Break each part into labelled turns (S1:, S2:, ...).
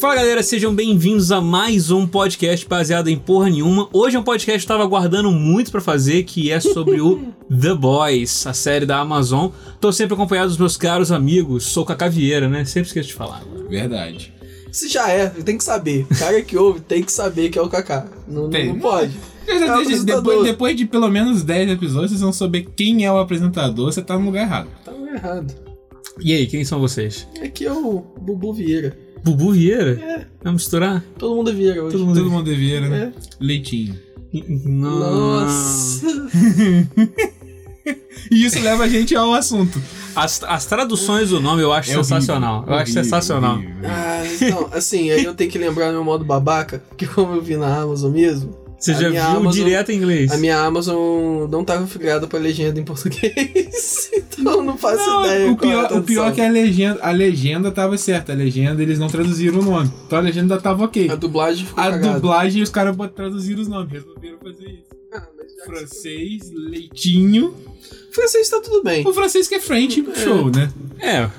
S1: Fala galera, sejam bem-vindos a mais um podcast baseado em porra nenhuma. Hoje é um podcast que eu tava aguardando muito pra fazer, que é sobre o The Boys, a série da Amazon. Tô sempre acompanhado dos meus caros amigos, sou Cacá Vieira, né? Sempre esqueço de falar.
S2: Verdade.
S3: Se já é, tem que saber. O cara que ouve tem que saber que é o Kaká. Não,
S2: Tem.
S3: não, não pode. É o
S2: Depois,
S3: apresentador.
S2: depois de pelo menos 10 episódios, vocês vão saber quem é o apresentador, você tá no lugar errado.
S3: Tá errado.
S1: E aí, quem são vocês?
S3: Aqui é o Bubu Vieira.
S1: Bubu Vieira? É. Vamos misturar?
S3: Todo mundo é Vieira hoje.
S1: Todo mundo-
S2: Todo mundo devia, né?
S3: É.
S2: Leitinho.
S1: Nossa.
S3: Nossa.
S2: E isso leva a gente ao assunto.
S1: As, as traduções do nome eu acho
S2: É horrível,
S1: sensacional. eu acho
S2: horrível,
S1: sensacional.
S2: horrível.
S3: Ah, então, assim, aí eu tenho que lembrar meu modo babaca, que como eu vi na Amazon mesmo,
S1: Você
S3: A
S1: já viu
S3: minha Amazon-
S1: direto em inglês?
S3: a minha Amazon não tá configurada pra legenda em português. Então não faço
S2: Não,
S3: ideia.
S2: o pior, o pior é que
S3: é.
S2: a legenda, a legenda tava certa, a legenda eles não traduziram o nome. Então a legenda tava ok.
S3: A dublagem ficou
S2: A
S3: cagada.
S2: dublagem os caras bot- traduziram os nomes, resolveram fazer isso.
S3: Ah, mas já que-
S2: Francês, leitinho.
S3: Francês tá tudo bem.
S2: O francês que é French, show, né?
S1: É.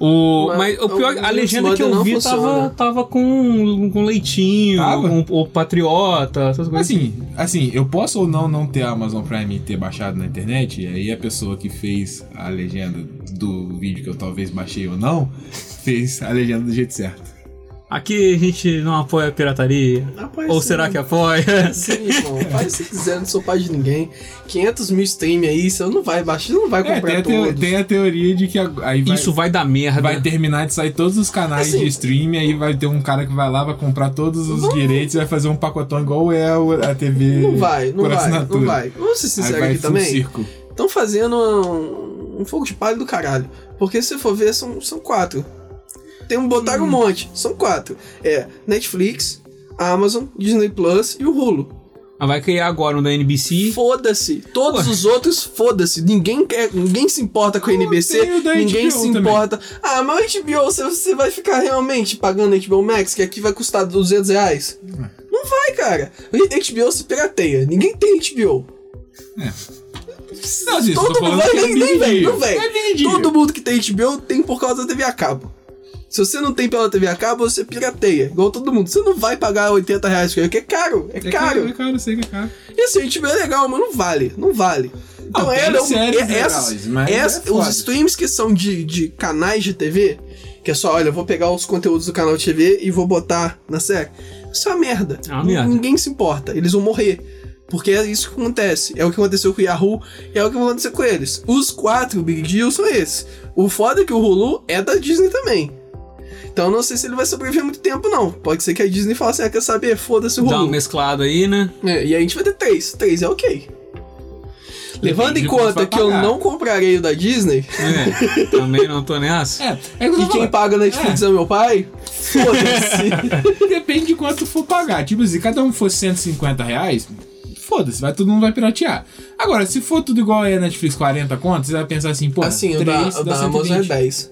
S1: O, mas,
S3: Mas
S1: o pior, a
S3: alguns
S1: legenda que eu
S3: modos
S1: vi
S3: não
S1: tava,
S3: funciona.
S1: tava com, com leitinho,
S2: Tava?
S1: com o patriota, essas coisas.
S2: Assim, assim, eu posso ou não não ter a Amazon Prime e ter baixado na internet, e aí a pessoa que fez a legenda do vídeo que eu talvez baixei ou não, fez a legenda do jeito certo.
S1: Aqui a gente não apoia a pirataria.
S3: Rapaz,
S1: Ou
S3: sim.
S1: será que apoia?
S3: Sim, irmão, faz o que quiser, não sou pai de ninguém. 500 mil stream aí, você não vai baixar, não vai
S2: É,
S3: comprar
S2: tem a, teo-
S3: todos.
S2: tem a teoria de que a- aí vai,
S1: Isso né? vai dar merda.
S2: vai terminar de sair todos os canais
S3: Assim-
S2: de stream, aí vai ter um cara que vai lá, vai comprar todos os direitos e vai fazer um pacotão igual é o- a TV.
S3: Não vai, não
S2: por
S3: vai,
S2: assinatura.
S3: não vai. Vamos ser
S2: Aí
S3: sinceros
S2: vai
S3: aqui
S2: full
S3: também.
S2: circo.
S3: Estão fazendo um, um fogo de palha do caralho. Porque se você for ver, são, são quatro. Tem um, botaram
S2: Hum.
S3: um monte, são quatro. É Netflix, Amazon, Disney Plus e o Hulu.
S1: Vai criar agora um da NBC.
S3: Foda-se. Todos
S1: Ué.
S3: os outros, foda-se. Ninguém quer, ninguém se importa com a
S2: Não, tem
S3: NBC,
S2: o da
S3: ninguém
S2: HBO
S3: se
S2: também.
S3: importa. Ah, mas o HBO, você, você vai ficar realmente pagando HBO Max, que aqui vai custar 200 reais? Não vai, cara. HBO se pirateia. Ninguém tem HBO.
S2: Não, assim,
S3: Todo
S2: tô falando
S3: mundo vai,
S2: que é
S3: nem, nem
S2: vídeo.
S3: vem, não vem.
S2: É vídeo.
S3: Todo mundo que tem HBO tem por causa da TV a cabo. Se você não tem pela TV a cabo, você pirateia, igual todo mundo. Você não vai pagar 80 reais, porque é caro, é,
S2: É caro, é
S3: caro.
S2: caro, sei que é caro.
S3: E assim, HBO é legal, mas não vale, não vale. Então,
S2: Não, tem
S3: ela é, um-
S2: Ah, séries
S3: é,
S2: legais,
S3: essas-
S2: mas
S3: essa-
S2: é foda.
S3: os streams que são de, de canais de TV, que é só, olha, eu vou pegar os conteúdos do canal de TV e vou botar na série. Isso é uma merda.
S1: É uma
S3: N-
S1: merda.
S3: Ninguém se importa, eles vão morrer. Porque é isso que acontece. É o que aconteceu com o Yahoo e é o que vai acontecer com eles. Os quatro Big Deals são esses. O foda é que o Hulu é da Disney também. Então eu não sei se ele vai sobreviver muito tempo, não. Pode ser que a Disney fale assim, ah, quer saber? Foda-se o Hulu.
S1: Dá um mesclado aí, né?
S3: É, e aí a gente vai ter três. Três é ok. Levando em
S2: de quanto
S3: conta
S2: vai
S3: que eu
S2: pagar.
S3: não comprarei o da Disney
S1: É, também não tô nessa.
S2: É, é o que eu tô
S3: e quem
S2: falando.
S3: paga Netflix é, meu pai, foda-se.
S2: Depende de quanto for pagar. Tipo, se cada um for 150 reais, foda-se, vai, todo mundo vai piratear. Agora, se for tudo igual aí a Netflix 40 contas, você vai pensar assim, pô,
S3: assim, o da,
S2: três,
S3: o
S2: dá
S3: da Amazon é
S2: 120.
S3: 10.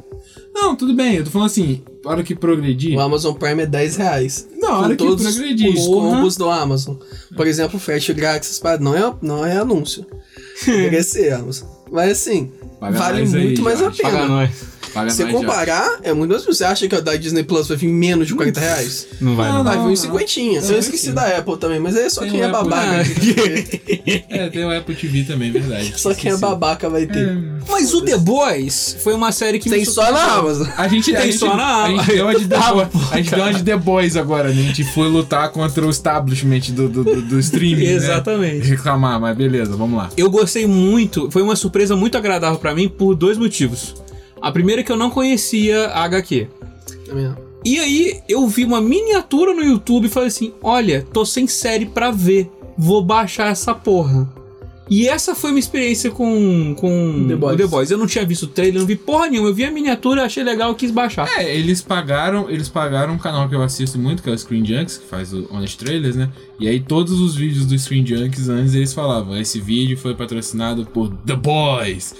S2: Não, tudo bem, eu tô falando assim, a hora que progredir.
S3: O Amazon Prime é 10 reais.
S2: Não, a hora
S3: com
S2: que
S3: todos
S2: progredir,
S3: os
S2: porra.
S3: combos do Amazon. Por exemplo, frete grátis, essas paradas. não é, não é anúncio. Oferecer, Amazon. Mas assim,
S2: Paga
S3: vale
S2: nós aí,
S3: muito mais a
S2: Jorge.
S3: pena.
S1: Paga nós.
S2: Paga
S3: Se
S2: mais, ó.
S3: comparar, é muito mais. Você acha que a da Disney Plus vai vir menos de 40 reais? Ah,
S1: Não vai, não.
S2: Não,
S3: Vai vir
S2: não.
S3: uns 50.
S2: Não,
S3: Assim, Eu esqueci
S2: sim.
S3: da Apple também, mas é só
S2: Tem
S3: quem
S2: o
S3: é
S2: Apple, Ah,
S3: babaca.
S2: É, tem o Apple TV também, verdade.
S3: Só quem é babaca vai ter.
S1: Mas o The Boys foi uma série que
S3: Tem
S1: me
S3: só na Amazon.
S2: A gente, a
S1: Tem
S2: gente,
S1: só na-
S2: a gente deu uma de The
S1: Tava,
S2: Boys. A gente deu uma de The Boys agora, né? A gente foi lutar contra o establishment do, do, do, do streaming. né?
S1: Exatamente.
S2: Reclamar, mas beleza, vamos lá.
S1: Eu gostei muito, foi uma surpresa muito agradável pra mim por dois motivos. A primeira é que eu não conhecia a HQ.
S3: Também não.
S1: E aí eu vi uma miniatura no YouTube e falei assim: olha, tô sem série pra ver, vou baixar essa porra. E essa foi minha experiência com, com
S3: The Boys.
S1: o The Boys. Eu não tinha visto o trailer, não vi porra nenhuma. Eu vi a miniatura, achei legal e quis baixar.
S2: É, eles pagaram, eles pagaram um canal que eu assisto muito, que é o Screen Junks, que faz o Honest Trailers, né? E aí todos os vídeos do Screen Junks antes eles falavam, esse vídeo foi patrocinado por The Boys,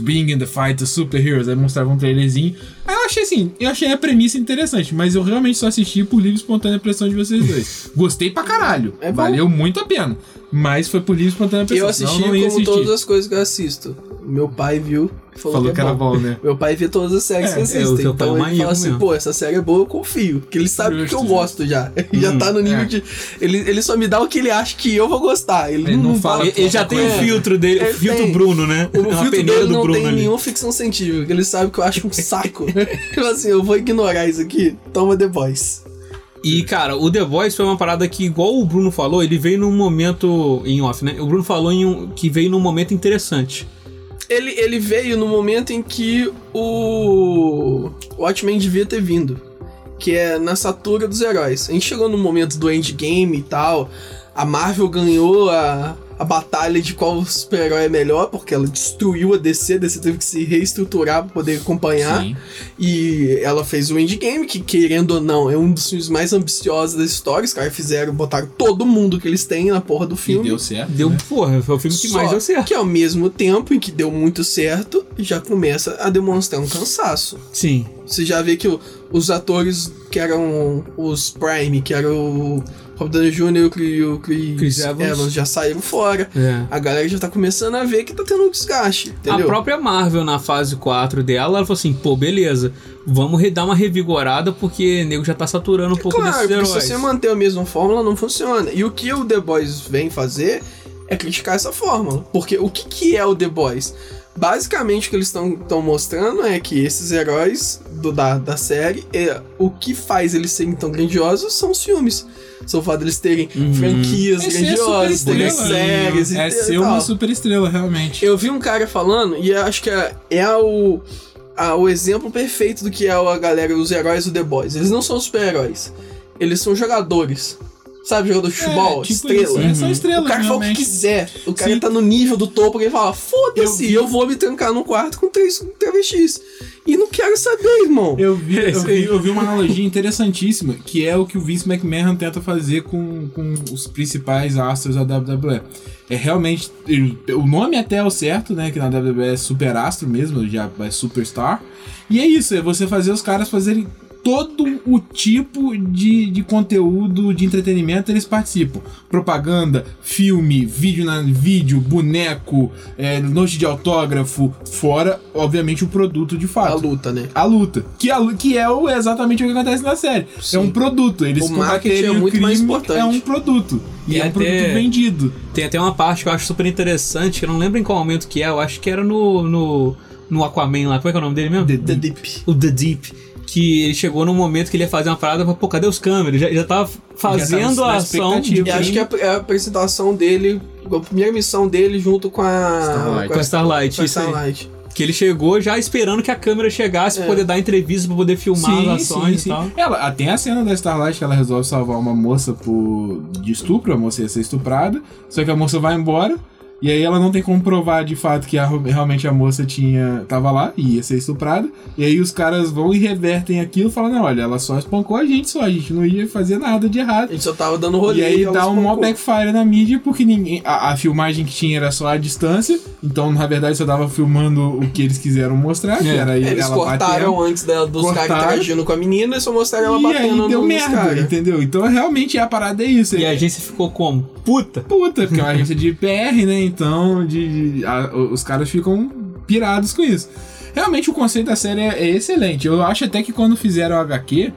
S2: Being in the Fight of Superheroes, aí mostrava um trailerzinho. Aí eu achei assim, eu achei a premissa interessante, mas eu realmente só assisti por livre e espontânea pressão de vocês dois. Gostei pra caralho,
S3: É bom.
S2: valeu muito a pena, mas foi por livre e espontânea pressão.
S3: Eu
S2: senão
S3: assisti
S2: eu não ia
S3: como
S2: assistir.
S3: todas as coisas que eu assisto. Meu pai viu e falou,
S2: Falou
S3: que,
S2: que
S3: é
S2: era
S3: bom.
S2: bom, né?
S3: Meu pai vê todas as séries
S2: É,
S3: que
S2: é, o
S3: existem.
S1: seu pai é
S3: então
S1: um
S3: ele
S1: maníaco
S3: fala assim,
S1: mesmo.
S3: pô, essa série é boa, eu confio. Porque ele sabe o que
S2: Justo,
S3: eu
S2: justo.
S3: gosto já. Ele já
S1: Hum,
S3: tá no nível
S2: é.
S3: de. Ele, ele só me dá o que ele acha que eu vou gostar. Ele,
S2: Ele não fala
S1: Ele, ele já tem o
S2: É.
S1: filtro dele, o
S3: Ele
S1: filtro
S3: tem.
S1: Bruno, né?
S3: O
S1: A
S3: filtro
S1: peneira
S3: dele
S1: do
S3: não
S1: Bruno
S3: tem
S1: ali.
S3: nenhuma ficção científica. Ele sabe que eu acho um saco. Ele assim, eu vou ignorar isso aqui. Toma The Boys.
S1: E, cara, o The Voice foi uma parada que, igual o Bruno falou, ele veio num momento em off, né? O Bruno falou em um- que veio num momento interessante.
S3: Ele, ele veio no momento em que o Watchmen devia ter vindo. Que é na satura dos heróis. A gente chegou no momento do endgame e tal. A Marvel ganhou a, a batalha de qual super-herói é melhor, porque ela destruiu a DC, a DC teve que se reestruturar pra poder acompanhar.
S2: Sim.
S3: E ela fez o Endgame, que querendo ou não, é um dos filmes mais ambiciosos da história. Os caras fizeram, botaram todo mundo que eles têm na porra do
S2: E
S3: filme. um
S2: deu certo.
S1: Deu,
S2: né?
S1: porra, foi o filme que
S3: Só
S1: mais deu certo.
S3: Que ao mesmo tempo em que deu muito certo, já começa a demonstrar um cansaço.
S1: Sim.
S3: Você já vê que o- os atores que eram os Prime, que eram o Rob Downey Jr. e o Chris, e o Chris
S1: Chris Evans.
S3: Evans. já saíram fora.
S1: É.
S3: A galera já tá começando a ver que tá tendo um desgaste,
S1: A
S3: entendeu?
S1: própria Marvel, na fase 4 dela, ela falou assim: pô, beleza, vamos re- dar uma revigorada porque o nego já tá saturando um pouco
S3: Claro,
S1: desses
S3: porque se
S1: heróis.
S3: você manter a mesma fórmula, não funciona. E o que o The Boys vem fazer é criticar essa fórmula. Porque o que, que é o The Boys? Basicamente, o que eles estão mostrando é que esses heróis do, da, da série, é, o que faz eles serem tão grandiosos são os filmes. São o fato deles terem
S1: Uhum.
S3: franquias
S2: Esse é
S3: grandiosas, terem
S2: superestrela.
S3: séries e
S2: É
S3: ter-
S2: ser
S3: tal.
S2: uma super estrela, realmente.
S3: Eu vi um cara falando, e eu acho que é, é o, a- o exemplo perfeito do que é a galera, os heróis do The Boys. Eles não são super-heróis, eles são jogadores. Sabe, jogador de futebol,
S2: É, tipo isso,
S3: estrela.
S2: né?
S1: Uhum.
S2: São estrelas,
S3: O cara fala o que
S2: realmente.
S3: quiser. O cara
S2: Sim.
S3: tá no nível do topo e ele fala:
S2: Eu
S3: foda-se,
S2: vi-
S3: eu, vou me trancar num quarto com três travestis. E não quero saber, irmão.
S2: Eu vi,
S1: É
S2: eu,
S1: isso
S2: vi, eu vi uma analogia interessantíssima, que é o que o Vince McMahon tenta fazer com, com os principais astros da WWE. É realmente. ele- O nome até é o certo, né? Que na WWE é super astro mesmo, já é superstar. E é isso, é você fazer os caras fazerem todo o tipo de, de conteúdo de entretenimento eles participam. Propaganda, filme, vídeo na vídeo, boneco, é, noite de autógrafo, fora, obviamente, o produto de
S3: A
S2: fato
S3: luta, né?
S2: a luta. Que, a, lu- que é o, exatamente o que acontece na série.
S3: Sim.
S2: É um produto. Eles
S3: O marketing
S2: combaterem
S3: é
S2: o
S3: muito mais
S2: crime,
S3: importante.
S2: É um produto. E,
S1: E
S2: é um
S1: até-
S2: produto vendido.
S1: Tem até uma parte que eu acho super interessante, que eu não lembro em qual momento que é, eu acho que era no, no, no Aquaman lá. Como é que é o nome dele mesmo?
S3: The Deep.
S1: o The Deep, que ele chegou num momento que ele ia fazer uma parada, mas, pô, cadê os câmeras? Já, já tava fazendo
S2: na
S1: a ação de,
S2: expectativa.
S3: E acho que é a, a apresentação dele, a primeira missão dele junto com a.
S2: Starlight.
S1: com a Starlight.
S3: com a
S1: isso aí.
S3: Starlight.
S1: Que ele chegou já esperando que a câmera chegasse pra
S3: É.
S1: poder dar entrevista, pra poder filmar as ações e tal.
S2: Ela, ah, tem a cena da Starlight que ela resolve salvar uma moça por, de estupro, a moça ia ser estuprada, só que a moça vai embora, e aí ela não tem como provar de fato que a- realmente a moça tinha tava lá e ia ser estuprada, e aí os caras vão e revertem aquilo, falando, olha, ela só espancou a gente só, a gente não ia fazer nada de errado.
S3: A gente só tava dando rolê.
S2: E aí
S3: ela
S2: dá um mó
S3: espancou.
S2: backfire na mídia, porque ninguém, a, a filmagem que tinha era só a distância, então na verdade só tava filmando o que eles quiseram mostrar, que
S1: É.
S2: era
S3: Eles
S2: ela
S3: cortaram
S2: batendo.
S3: antes dela, dos caras
S2: cortaram.
S3: interagindo com a menina e só mostraram ela
S2: E
S3: batendo
S2: aí deu
S3: nos
S2: merda,
S3: caras.
S2: entendeu? Então realmente a parada é isso.
S1: E a
S2: é
S1: agência ficou como? Puta!
S2: puta, porque é uma agência de PR, né? Então de, de- a- o- os caras ficam pirados com isso. Realmente o conceito da série é, é excelente. Eu acho até que quando fizeram a HQ,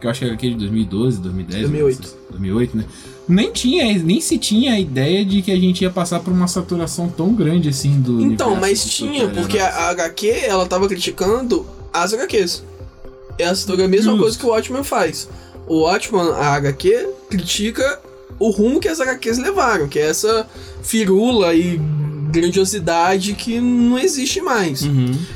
S2: que eu acho que é a HQ de 2012, 2010,
S3: 2008.
S2: 2008, né? Nem tinha, nem se tinha a ideia de que a gente ia passar por uma saturação tão grande assim do.
S3: Então,
S2: universo
S3: mas
S2: do
S3: tinha,
S2: super-herói. né?
S3: porque a, a HQ, ela tava criticando as HQs. Essa é a mesma
S2: Justo.
S3: coisa que o Watchman faz. O Watchman, a HQ, critica o rumo que as HQs levaram, que é essa firula e grandiosidade que não existe mais.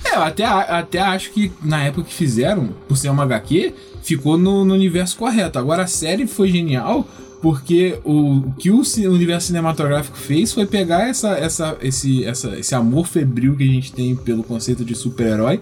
S2: É, eu até, a- até acho que na época que fizeram, por ser uma HQ, ficou no, no universo correto. Agora a série foi genial porque o, o que o ci- universo cinematográfico fez foi pegar essa, essa, esse, essa, esse amor febril que a gente tem pelo conceito de super-herói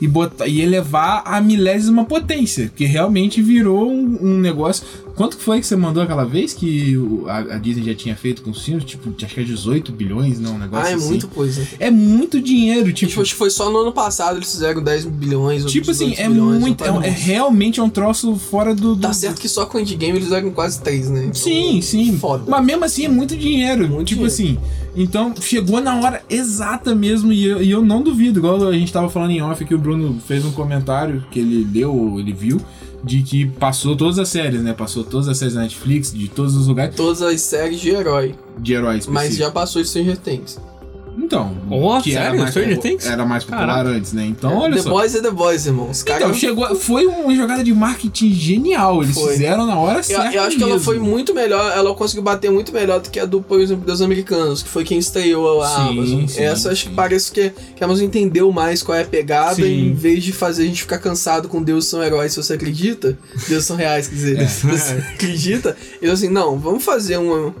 S2: e, botar, e elevar a milésima potência, que realmente virou um, um negócio. Quanto que foi que você mandou aquela vez que o- a, a Disney já tinha feito com os filmes? Tipo, acho que é 18 bilhões, não, um negócio
S3: Ah, é
S2: assim.
S3: muita coisa.
S2: É muito dinheiro,
S3: Tipo, acho que foi só no ano passado eles fizeram 10 bilhões ou
S2: Tipo assim,
S3: 18
S2: é
S3: bilhões,
S2: muito.
S3: não
S2: É,
S3: tá
S2: um- é
S3: bom.
S2: realmente um troço fora do. do-
S3: Tá certo que só com o Endgame eles eram quase 3, né? Então,
S2: Sim, sim.
S3: Foda.
S2: Mas mesmo assim é muito dinheiro.
S3: Muito
S2: tipo
S3: dinheiro.
S2: assim, Então, chegou na hora exata mesmo, e eu, e eu não duvido, igual a gente tava falando em off, que o Bruno fez um comentário que ele deu, ou ele viu, de que passou todas as séries, né? Passou todas as séries da Netflix, de todos os lugares,
S3: Todas as séries de herói.
S2: de heróis
S3: Mas
S2: específicos.
S3: já passou de Stranger Things.
S2: Então,
S1: Ó,
S2: que era
S1: sério?
S2: mais, É.
S1: Stranger Things?
S2: Era mais popular
S1: Caraca.
S2: antes, né? Então, olha
S3: the
S2: só.
S3: Boys é The Boys, irmão. Os
S2: Então,
S3: caras-
S2: chegou, foi uma jogada de marketing genial. Eles
S3: Foi.
S2: fizeram na hora
S3: Eu,
S2: certa.
S3: eu acho que ela
S2: mesmo.
S3: foi muito melhor, ela conseguiu bater muito melhor do que a do, por exemplo, dos americanos, que foi quem estreou a
S2: Sim,
S3: Amazon.
S2: sim,
S3: Essa acho
S2: sim.
S3: que parece que, que a Amazon entendeu mais qual é a pegada,
S1: Sim.
S3: em vez de fazer a gente ficar cansado com Deus são heróis se você acredita. Deus são reais, quer dizer,
S2: É.
S3: se você acredita. Eu assim, não, vamos fazer um,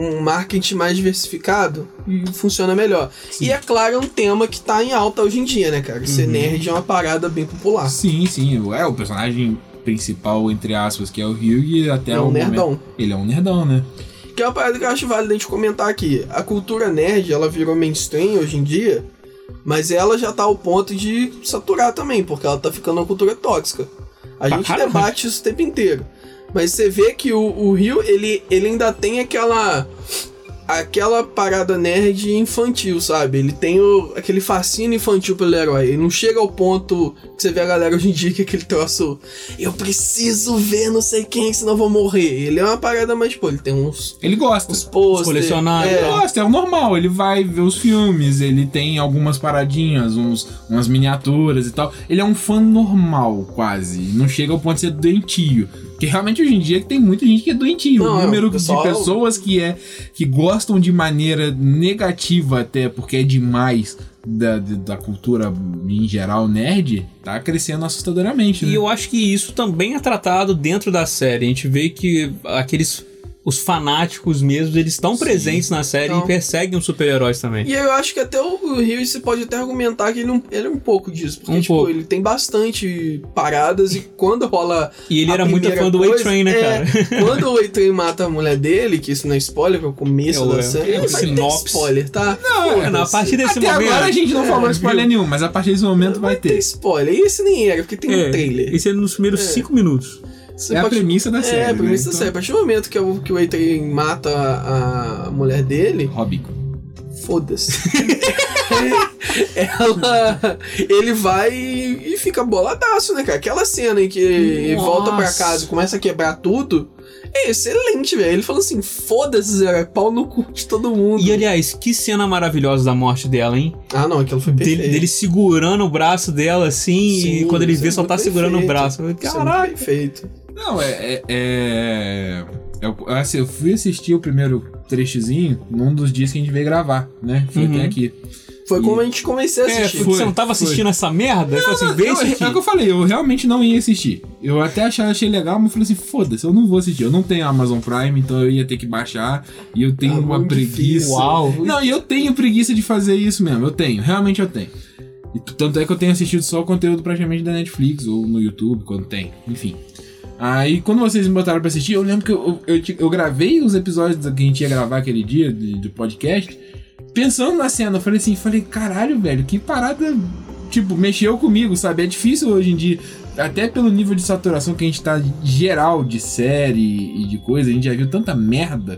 S3: um marketing mais diversificado e funciona melhor.
S2: Hum. Sim.
S3: E é claro, é um tema que tá em alta hoje em dia, né, cara? Ser
S1: Uhum.
S3: nerd é uma parada bem popular.
S2: Ah, Sim, sim. É o personagem principal, entre aspas, que é o Hugh, até
S3: é
S2: o
S3: um
S2: momento-
S3: nerdão.
S2: Ele é um nerdão, né?
S3: Que é uma parada que eu acho válida a gente comentar aqui. A cultura nerd, ela virou mainstream hoje em dia, mas ela já tá ao ponto de saturar também, porque ela tá ficando uma cultura tóxica. A
S1: Pra
S3: gente
S1: caralho.
S3: debate isso o tempo inteiro. Mas você vê que o, o Rio, ele, ele ainda tem aquela. Aquela parada nerd infantil, sabe? Ele tem o- aquele fascínio infantil pelo herói. Ele não chega ao ponto que você vê a galera hoje em dia que é aquele troço. Eu preciso ver não sei quem, senão eu vou morrer. Ele é uma parada mais, pô, ele tem uns
S2: Ele gosta.
S3: os posters.
S1: colecionáveis.
S2: Ele
S3: É,
S2: gosta, é o normal. Ele vai ver os filmes, ele tem algumas paradinhas, uns, umas miniaturas e tal. Ele é um fã normal, quase. Não chega ao ponto de ser doentio. Porque realmente hoje em dia tem muita gente que é doentio.
S3: Não,
S2: o número
S3: o pessoal-
S2: de pessoas que é que gostam de maneira negativa até, porque é demais da, de- da cultura em geral nerd, tá crescendo assustadoramente, né?
S1: E eu acho que isso também é tratado dentro da série. A gente vê que aqueles. Os fanáticos mesmo, eles estão
S2: Sim.
S1: presentes na série
S3: Então-
S1: e perseguem os super-heróis também.
S3: E eu acho que até o Rio você pode até argumentar que ele, não- ele é um pouco disso. Porque,
S1: Um
S3: tipo,
S1: pouco.
S3: ele tem bastante paradas e quando rola.
S1: E ele
S3: a
S1: era muito
S3: primeira
S1: fã do Way
S3: coisa-
S1: Train, né,
S3: é,
S1: cara?
S3: Quando o Eitan mata a mulher dele, que isso não é spoiler, que é o começo
S1: É,
S3: da
S1: é.
S3: série.
S1: É,
S3: Não vai ter
S1: sinopse.
S3: spoiler, tá?
S2: Não, é
S1: Mano, a partir desse
S2: até
S1: momento.
S2: agora a gente não
S3: É,
S2: falou spoiler nenhum, mas a partir desse momento vai
S3: Tem
S2: ter.
S3: spoiler. E esse nem era, porque tem um
S1: É,
S3: trailer.
S1: Esse é nos primeiros
S3: É.
S1: cinco minutos.
S3: Você
S2: É a
S3: pode-
S2: premissa da série.
S3: É, a premissa da
S2: né?
S1: então.
S3: série. A partir do momento que, é o- que o Eitan mata a, a mulher dele,
S2: Hobby.
S3: Foda-se. Ela. Ele vai e fica boladaço, né, cara? Aquela cena em que ele
S1: Nossa.
S3: volta pra casa e começa a quebrar tudo. É excelente, velho. Ele falou assim: foda-se, Zé, é pau no cu de todo mundo.
S1: E aliás, que cena maravilhosa da morte dela, hein?
S3: Ah, não, aquilo foi perfeito.
S1: Dele, dele segurando o braço dela assim,
S3: Sim,
S1: e quando ele
S3: isso
S1: vê,
S3: é
S1: só tá
S3: muito
S1: segurando o
S3: perfeito.
S1: braço. Eu falei,
S3: Isso é muito
S1: Caralho.
S3: Perfeito.
S2: Não, é. é, é- Eu, assim, eu fui assistir o primeiro trechozinho num dos dias que a gente veio gravar, né? Foi
S1: Uhum.
S2: até aqui.
S3: Foi
S2: E-
S3: como a gente comecei a
S1: É,
S3: assistir.
S1: foi,
S2: foi,
S1: você não tava
S2: foi.
S1: assistindo essa merda? Eu falei assim, vê
S2: Eu,
S1: isso aqui.
S2: é o que eu falei, eu realmente não ia assistir. Eu até achei, achei legal, mas falei assim: foda-se, eu não vou assistir. Eu não tenho Amazon Prime, então eu ia ter que baixar. E eu tenho
S3: Tá
S2: uma
S3: muito
S2: preguiça.
S3: difícil.
S1: Uau.
S2: Não, e eu tenho preguiça de fazer isso mesmo. Eu tenho, realmente eu tenho. E t- tanto é que eu tenho assistido só o conteúdo praticamente da Netflix ou no YouTube, quando tem, enfim. Aí quando vocês me botaram pra assistir, eu lembro que eu, eu, eu ti- eu gravei os episódios que a gente ia gravar aquele dia de- do podcast, pensando na cena, eu falei assim, falei, caralho, velho, que parada. Tipo, mexeu comigo, sabe? É difícil hoje em dia, até pelo nível de saturação que a gente tá geral de série e de coisa, a gente já viu tanta merda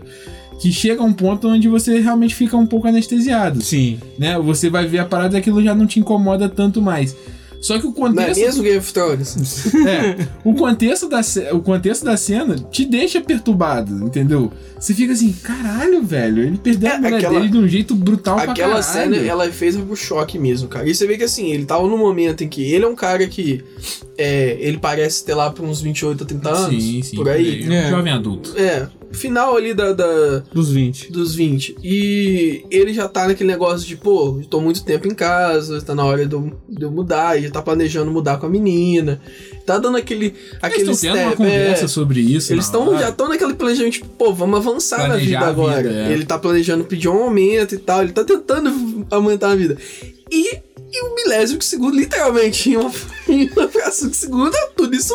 S2: que chega a um ponto onde você realmente fica um pouco anestesiado,
S1: Sim.
S2: né? Você vai ver a parada e aquilo já não te incomoda tanto mais. Só que o
S3: Não é
S2: contexto,
S3: mesmo Game of Thrones?
S2: é, o contexto da ce- o contexto da cena te deixa perturbado, entendeu? Você fica assim, caralho, velho, ele perdeu
S3: É,
S2: a mulher
S3: aquela-
S2: dele de um jeito brutal pra
S3: Aquela
S2: caralho.
S3: cena, ela fez o choque mesmo, cara. E você vê que assim, ele tava num momento em que ele é um cara que. é, ele parece ter lá pra uns 28 a 30 anos.
S2: sim, sim,
S3: por aí.
S1: É.
S2: Jovem adulto.
S3: É, final ali da, da-
S1: Dos 20.
S3: dos 20. E ele já tá naquele negócio de, pô, eu tô muito tempo em casa, tá na hora de eu, de eu mudar, e já tá planejando mudar com a menina. Tá dando aquele. aquele
S2: eles estão tendo uma
S3: step,
S2: conversa
S3: é.
S2: sobre isso. é?
S3: Eles
S2: na
S3: estão
S2: hora.
S3: já estão naquele planejamento, tipo, pô, vamos avançar
S2: Planejar
S3: na vida
S2: a vida,
S3: agora.
S2: é.
S3: Ele tá planejando pedir um aumento e tal, ele tá tentando aumentar a vida. E, e um milésimo de segundo, literalmente, em uma, em uma fração de segundo, tudo isso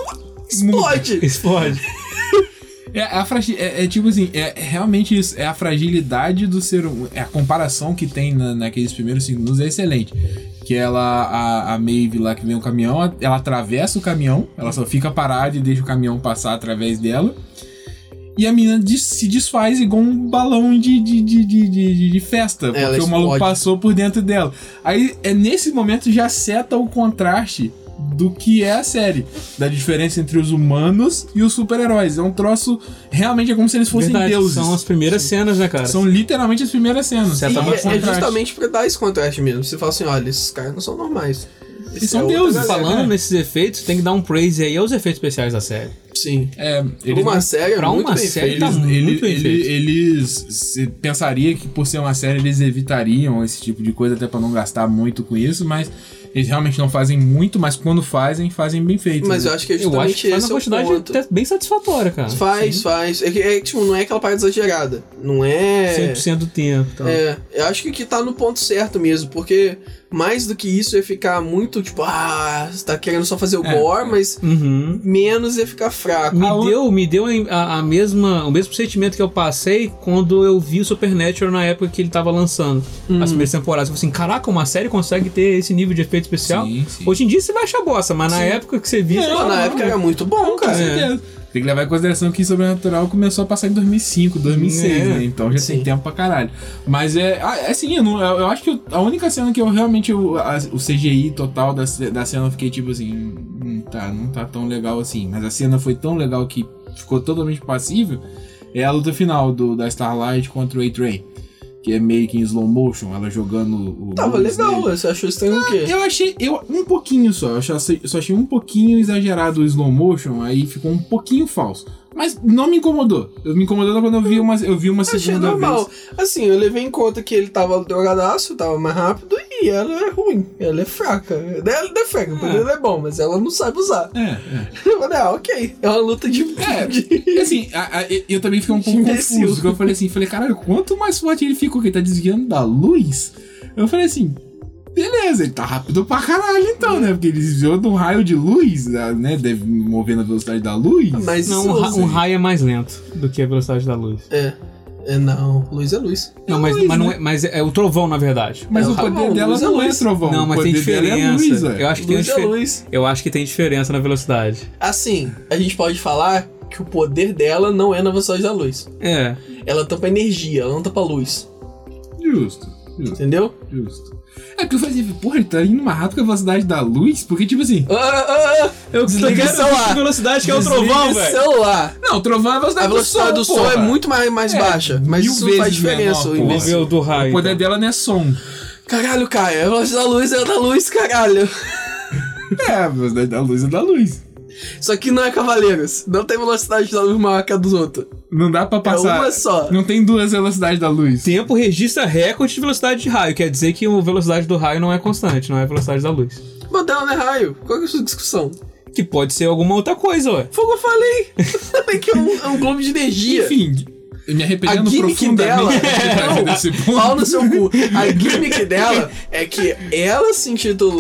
S3: explode.
S1: Explode.
S2: É, a fragi- é- é tipo assim, é é realmente isso, é a fragilidade do ser humano. É a comparação que tem na- naqueles primeiros cinco minutos é excelente. Que ela, a, a Maeve lá que vem o caminhão, ela atravessa o caminhão, ela só fica parada e deixa o caminhão passar através dela. E a menina des- se desfaz igual um balão de, de, de, de, de- de- de festa,
S3: Ela
S2: porque o maluco
S3: explode.
S2: passou por dentro dela. Aí é nesse momento já seta o contraste do que é a série, da diferença entre os humanos e os super-heróis. É um troço realmente é como se eles fossem
S1: Verdade,
S2: deuses.
S1: são as primeiras cenas, né, cara?
S2: São literalmente as primeiras cenas.
S1: Seta
S3: E
S1: Tá
S2: um
S1: mais
S3: é, é
S2: contraste.
S3: justamente pra dar esse contraste mesmo. Você fala assim, olha, esses caras não são normais. Esse
S2: são
S3: é outra
S2: deuses,
S3: galera.
S1: Falando
S2: É.
S1: nesses efeitos, tem que dar um praise aí aos efeitos especiais da série.
S3: Sim.
S2: É,
S3: Pra
S2: eles
S3: uma série é
S1: pra
S3: muito
S1: uma
S3: bem
S1: série
S3: feita.
S1: tá
S2: Eles,
S1: muito
S2: ele-
S1: bem
S2: ele-
S1: feito.
S2: eles se- pensaria que por ser uma série eles evitariam esse tipo de coisa até pra não gastar muito com isso, mas eles realmente não fazem muito, mas quando fazem, fazem bem feito.
S3: Mas eu
S2: né?
S3: acho que é
S1: Eu acho
S3: justamente
S1: que faz uma
S3: esse é o
S1: quantidade né?
S3: ponto.
S1: até bem satisfatória, cara.
S3: Faz, faz. É, que- é que, tipo, não é aquela parte exagerada. Não é.
S1: 100% do tempo. Então.
S3: É, eu acho que, que tá no ponto certo mesmo, porque mais do que isso ia ficar muito tipo, ah, você tá querendo só fazer o
S2: É.
S3: gore, mas
S1: Uhum.
S3: menos ia ficar fraco. Ah,
S1: Me
S2: A o-
S1: deu, me deu a, a mesma, o mesmo sentimento que eu passei quando eu vi o Supernatural na época que ele tava lançando
S3: hum.
S2: Hum.
S1: as primeiras temporadas. Eu falei assim, caraca, uma série consegue ter esse nível de efeito
S3: é
S1: especial?
S2: Sim, sim.
S1: Hoje em dia você vai achar bosta, mas na
S2: Sim.
S1: época que você um viu...
S2: Não,
S3: Pô, na época era muito bom,
S2: Com
S3: cara.
S1: sim.
S2: certeza. É. Tem que levar em consideração que Sobrenatural começou a passar em 2005, 2006,
S1: É.
S2: né? Então já tem
S3: Sim.
S2: tempo pra caralho. Mas é, ah, é assim, eu, não- eu- eu acho que eu- a única cena que eu realmente, eu- a- o CGI total da, ce- da cena, eu fiquei tipo assim, "Hum, tá, não tá tão legal assim. Mas a cena foi tão legal que ficou totalmente passível, é a luta final do, da Starlight contra o A-Train. Que é meio que em slow motion, ela jogando o. né,
S3: Tava
S2: Lewis
S3: legal,
S1: Uhum.
S2: dele.
S3: você achou estranho o
S1: Ah,
S3: quê?
S2: Eu achei, eu, um pouquinho só, eu só, achei- só achei um pouquinho exagerado o slow motion, aí ficou um pouquinho falso. Mas não me incomodou. Eu me incomodou quando eu vi uma, eu vi uma
S3: Achei
S2: segunda
S3: normal.
S2: vez.
S3: Assim, eu levei em conta que ele tava drogadaço, tava mais rápido, e ela é ruim, ela é fraca. Ela é fraca, o poder dela é bom, mas ela não sabe usar.
S2: É,
S3: Eu falei, ah, ok. É uma luta de.
S2: É.
S3: de-
S2: é. Assim, a- a- eu também fiquei um pouco
S3: Imbecil.
S2: confuso. que Eu falei assim, falei, caralho, quanto mais forte ele ficou, que ele tá desviando da luz. Eu falei assim, beleza, ele tá rápido pra caralho então, né? Porque ele desviou de um raio de luz, né? Deve movendo a velocidade da luz.
S3: Mas
S1: Não,
S3: isso
S1: um, ra-
S3: usa.
S2: né?
S1: um raio é mais lento do que a velocidade da luz.
S3: É. É, não. Luz é luz.
S1: Não, mas,
S2: luz,
S1: mas, não
S2: né?
S1: é, mas é o trovão, na verdade.
S2: Mas
S3: É,
S2: o
S3: tá
S2: poder
S3: bom,
S2: dela
S3: luz é
S2: não é
S3: luz.
S2: trovão.
S1: não,
S2: o
S1: mas
S2: poder
S1: tem
S2: dela é
S1: diferença.
S2: luz, velho.
S1: eu, acho que tem
S3: Luz é
S1: dife-
S3: luz.
S1: eu acho que tem diferença na velocidade.
S3: Assim, a gente pode falar que o poder dela não é na velocidade da luz.
S1: É.
S3: Ela tampa energia, ela não tampa luz.
S2: Justo, justo,
S3: Entendeu?
S2: justo. É porque eu falei, assim, porra, ele tá indo mais rápido que a velocidade da luz? Porque, tipo assim.
S3: Ah, ah, ah, ah.
S1: Eu
S3: Desliga o celular.
S1: velocidade que é
S3: Desliga celular.
S2: um Não, o trovão é a velocidade,
S3: A velocidade do som é
S2: porra.
S3: muito mais, mais
S2: É,
S3: baixa, mas
S2: mil
S3: isso não
S2: vezes
S3: faz diferença.
S2: menor,
S3: o
S2: porra.
S1: Vamos
S3: imbecil.
S1: ver o do
S2: O
S1: raio.
S2: poder
S1: então.
S2: dela não é som.
S3: Caralho, Caio, a velocidade da luz é da luz, caralho.
S2: É, a velocidade da luz é da luz.
S3: Isso aqui não é Cavaleiros. Não tem velocidade da luz maior que a dos outros.
S2: Não dá pra passar.
S3: É uma só.
S2: Não tem duas velocidades da luz.
S1: Tempo registra recorde de velocidade de raio. Quer dizer que a velocidade do raio não é constante, não é a velocidade da luz.
S3: Mas dela não é raio. Qual que é a sua discussão?
S1: Que pode ser alguma outra coisa, ué.
S3: Fogo, eu falei. Falei que é um, é um globo de energia.
S2: Enfim, eu me
S3: A
S2: arrependendo
S3: gimmick dela. é,
S2: profundamente de ter trazido esse
S3: Não,
S2: ponto.
S3: pau no seu cu. A gimmick dela é que ela se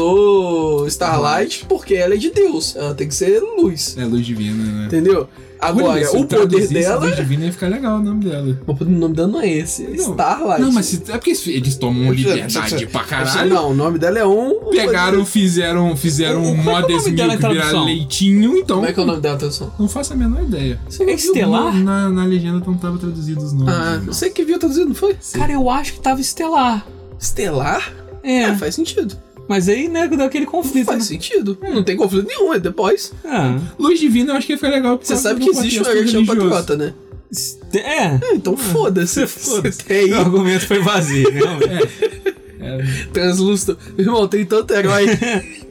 S3: intitulou Starlight porque ela é de Deus. Ela tem que ser luz.
S2: É luz divina, né?
S3: Entendeu? Agora,
S2: Olha, se
S3: o poder
S2: traduzisse
S3: dela.
S2: Luz divina ia ficar legal o nome dela.
S3: O nome dela não é esse, é
S2: Não.
S3: Starlight.
S2: Não, mas se- é porque eles tomam liberdade tá pra caralho.
S3: Não, o nome dela é um.
S2: Pegaram, fizeram, fizeram
S1: Como
S2: um
S1: é que é o
S2: modest
S1: nome dela
S2: milk
S1: na
S2: virar
S1: tradução?
S2: leitinho, então.
S3: Como é que é o nome dela, tradução?
S2: Não faço a menor ideia.
S3: Você não
S1: É
S3: viu?
S1: Estelar?
S2: Não, Na, na legenda não tava traduzido os nomes. né?
S3: Ah,
S2: irmão.
S3: você que viu traduzido, não foi?
S1: Cara, eu acho que tava estelar.
S3: Estelar?
S1: É,
S3: É, faz sentido.
S1: mas aí, né, deu aquele conflito.
S3: Faz
S1: né?
S3: sentido. Não tem conflito nenhum, é depois.
S1: Ah,
S2: Luz divina eu acho que ia ficar legal. por
S3: Você
S2: causa
S3: sabe
S2: do
S3: que existe uma
S2: contexto
S3: religião
S2: religioso.
S3: patriota, né?
S1: é.
S3: É, então foda-se.
S1: Você foda-se.
S3: Você tem
S1: O argumento foi vazio, realmente.
S2: É,
S3: Translúcido. Meu irmão, tem tanto herói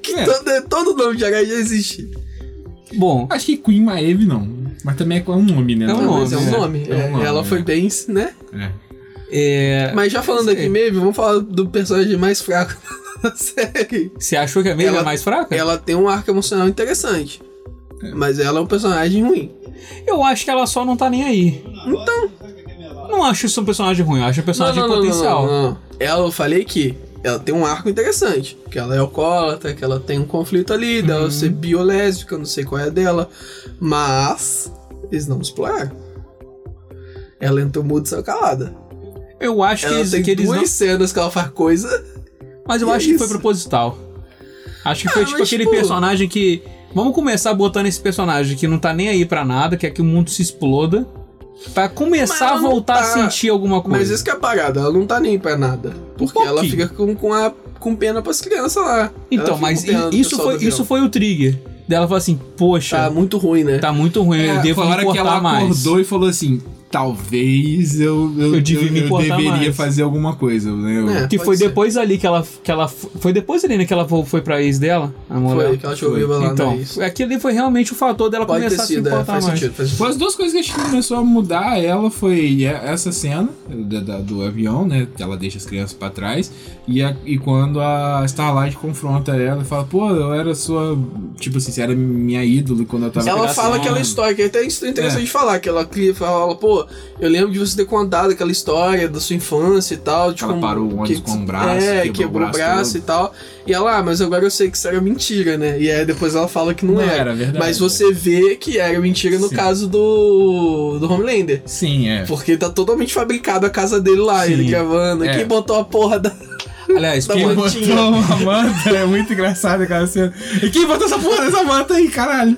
S3: que
S2: É.
S3: todo, todo nome de herói já existe.
S1: Bom,
S2: acho que Queen Maeve não. Mas também é um nome, né?
S1: É um
S3: Não, mas
S1: nome,
S3: é um
S1: né?
S3: nome.
S2: É um
S3: É,
S2: nome,
S3: Ela
S2: né?
S3: foi bem, né?
S2: É.
S1: é,
S3: Mas já falando
S1: Sim.
S3: aqui, Maeve, vamos falar do personagem mais fraco da série.
S1: você achou que a Megan
S3: Ela-
S1: é mais fraca?
S3: Ela tem um arco emocional interessante. Mas ela é um personagem ruim.
S1: Eu acho que ela só não tá nem aí. Então. Não acho isso um personagem ruim, eu acho um personagem
S3: não, não,
S1: potencial.
S3: Não, não, não. Ela, eu falei que ela tem um arco interessante. Que ela é alcoólatra, que ela tem um conflito ali,
S1: Uhum.
S3: dela ser biolésbica, não sei qual é a dela. Mas eles não exploraram. Ela entrou mudo e saiu calada.
S1: Eu acho que
S3: Ela
S1: eles,
S3: tem
S1: que eles
S3: duas
S1: não.
S3: cenas que ela faz coisa.
S1: Mas eu
S3: E é
S1: acho que foi
S3: isso.
S1: proposital. Acho que
S3: Ah,
S1: foi tipo
S3: mas,
S1: aquele
S3: tipo-
S1: personagem é que. Vamos começar botando esse personagem que não tá nem aí pra nada, quer que o mundo se exploda. Pra começar a
S3: Mas ela não
S1: voltar
S3: tá-
S1: a sentir alguma coisa.
S3: Mas isso que é a parada, ela não tá nem pra nada. Porque ela
S1: Um pouquinho.
S3: fica com, com, a, com pena pras crianças lá. Ela
S1: Então,
S3: fica
S1: mas
S3: com pena do
S1: isso
S3: pessoal
S1: foi,
S3: do avião.
S1: isso foi o trigger. Dela falar assim,
S3: Tá
S1: poxa,
S3: muito ruim, né?
S1: tá, muito ruim,
S2: É,
S1: eu devo
S2: foi a
S1: me
S2: hora que ela
S1: cortar mais.
S2: acordou e falou assim: talvez eu, eu,
S1: Eu devia me importar
S2: deveria
S1: mais."
S2: fazer alguma coisa, né? Eu-
S3: É.
S1: Que
S3: Pode
S1: foi
S3: ser.
S1: depois ali que ela, que ela... Foi depois ali, né, que ela foi pra ex dela, a
S3: Foi,
S1: mulher.
S3: que ela
S2: Foi.
S3: choveu lá
S1: Então,
S3: na isso.
S1: aquilo ali foi realmente o fator dela
S3: Pode ter
S1: começar a se
S3: sido, é,
S1: importar
S3: faz
S1: mais.
S3: sentido, faz sentido.
S2: Foi as duas coisas que a gente começou a mudar ela foi e- essa cena da- da- do avião, né? que Ela deixa as crianças pra trás. E, a- e quando a Starlight confronta ela e fala, pô, eu era sua. Tipo assim, você era minha ídolo quando eu tava
S3: Ela
S1: pegasse
S3: fala
S2: criança."
S3: aquela história, que é até isso é interessante de falar, que ela cria, fala, pô, eu lembro de você ter contado aquela história da sua infância e tal. Tipo,
S2: Ela parou o ônibus com um braço,
S3: É,
S2: quebrou o
S3: quebrou o
S2: braço
S3: braço e tal. E ela, ah, mas agora eu sei que isso era mentira, né? E aí depois ela fala que não,
S2: Não
S3: era.
S2: era é verdade.
S3: Mas você vê que era mentira no
S2: Sim.
S3: caso do. do Homelander.
S2: Sim, é.
S3: Porque tá totalmente fabricado a casa dele lá,
S1: Sim.
S3: ele gravando.
S2: É.
S3: Quem botou a porra da.
S1: Aliás,
S3: Tá
S1: quem-
S2: Quem
S3: bom.
S2: botou
S3: Mantinha.
S2: uma manta é muito engraçado aquela cena. E quem botou essa porra dessa manta aí, caralho?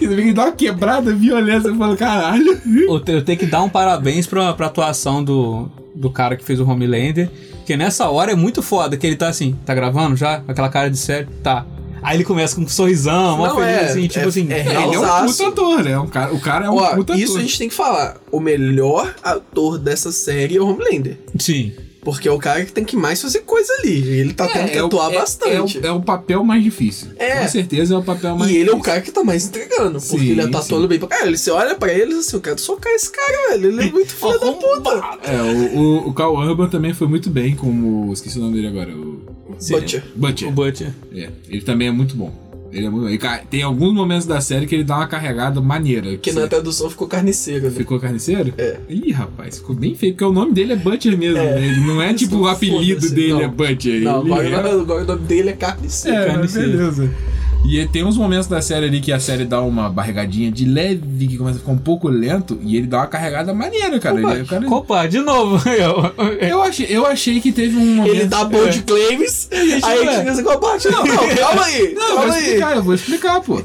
S2: E ele dá uma quebrada violenta, eu falo, caralho.
S1: eu, te- eu tenho que dar um parabéns pra, pra atuação do, do cara que fez o Homelander. Porque nessa hora é muito foda, que ele tá assim, tá gravando já? Com Aquela cara de sério? Tá. Aí ele começa com um sorrisão, uma
S3: Não,
S1: feliz,
S3: é,
S1: assim, tipo
S3: é-
S1: assim.
S3: é real.
S2: Ele é um
S3: Exato.
S2: puta ator, né? Um cara, o cara é um
S3: Ó,
S2: puta ator.
S3: isso a gente tem que falar. O melhor ator dessa série é o Homelander.
S1: Sim.
S3: Porque é o cara que tem que mais fazer coisa ali. Ele tá tendo que
S2: o-
S3: atuar
S2: é-
S3: bastante.
S2: É, o, é o papel mais difícil.
S3: É.
S2: Com certeza é o papel mais
S3: e ele é
S2: difícil.
S3: o cara que tá mais entregando. Porque
S2: Sim,
S3: ele tá
S2: sim.
S3: atuando bem pra caralho. Você olha pra ele assim, eu quero socar esse cara, velho. Ele é muito filho da puta.
S2: É, o, o, o Carl Urban também foi muito bem como... Esqueci o nome dele agora. O...
S3: Sim. Butcher.
S1: O
S2: Butcher.
S1: Butcher.
S2: É, ele também é muito bom. Ele é muito bom. Ele ca- Tem alguns momentos da série que ele dá uma carregada maneira.
S3: Que na tradução ficou carniceiro, né?
S2: Ficou carniceiro?
S3: É.
S2: Ih, rapaz, ficou bem feio, porque o nome dele é Butcher mesmo.
S3: É.
S2: né? Ele não é tipo o apelido
S3: Foda-se,
S2: dele
S3: não.
S2: é Butcher.
S3: Não,
S2: ele
S3: agora,
S2: é...
S3: agora o nome dele é carniceiro.
S2: É, mas
S1: carniceiro.
S2: beleza. E aí tem uns momentos da série ali que a série dá uma barrigadinha de leve, que começa a ficar um pouco lento, e ele dá uma carregada maneira, cara. Ele, é o cara-
S1: Opa, de novo.
S2: eu, achei, eu achei que teve um momento.
S3: Ele dá bom de claims, aí ele
S1: ué.
S3: chega assim com a parte. Não, não, calma aí,
S2: é. Não, eu vou
S3: calma aí.
S2: explicar, eu vou explicar, pô.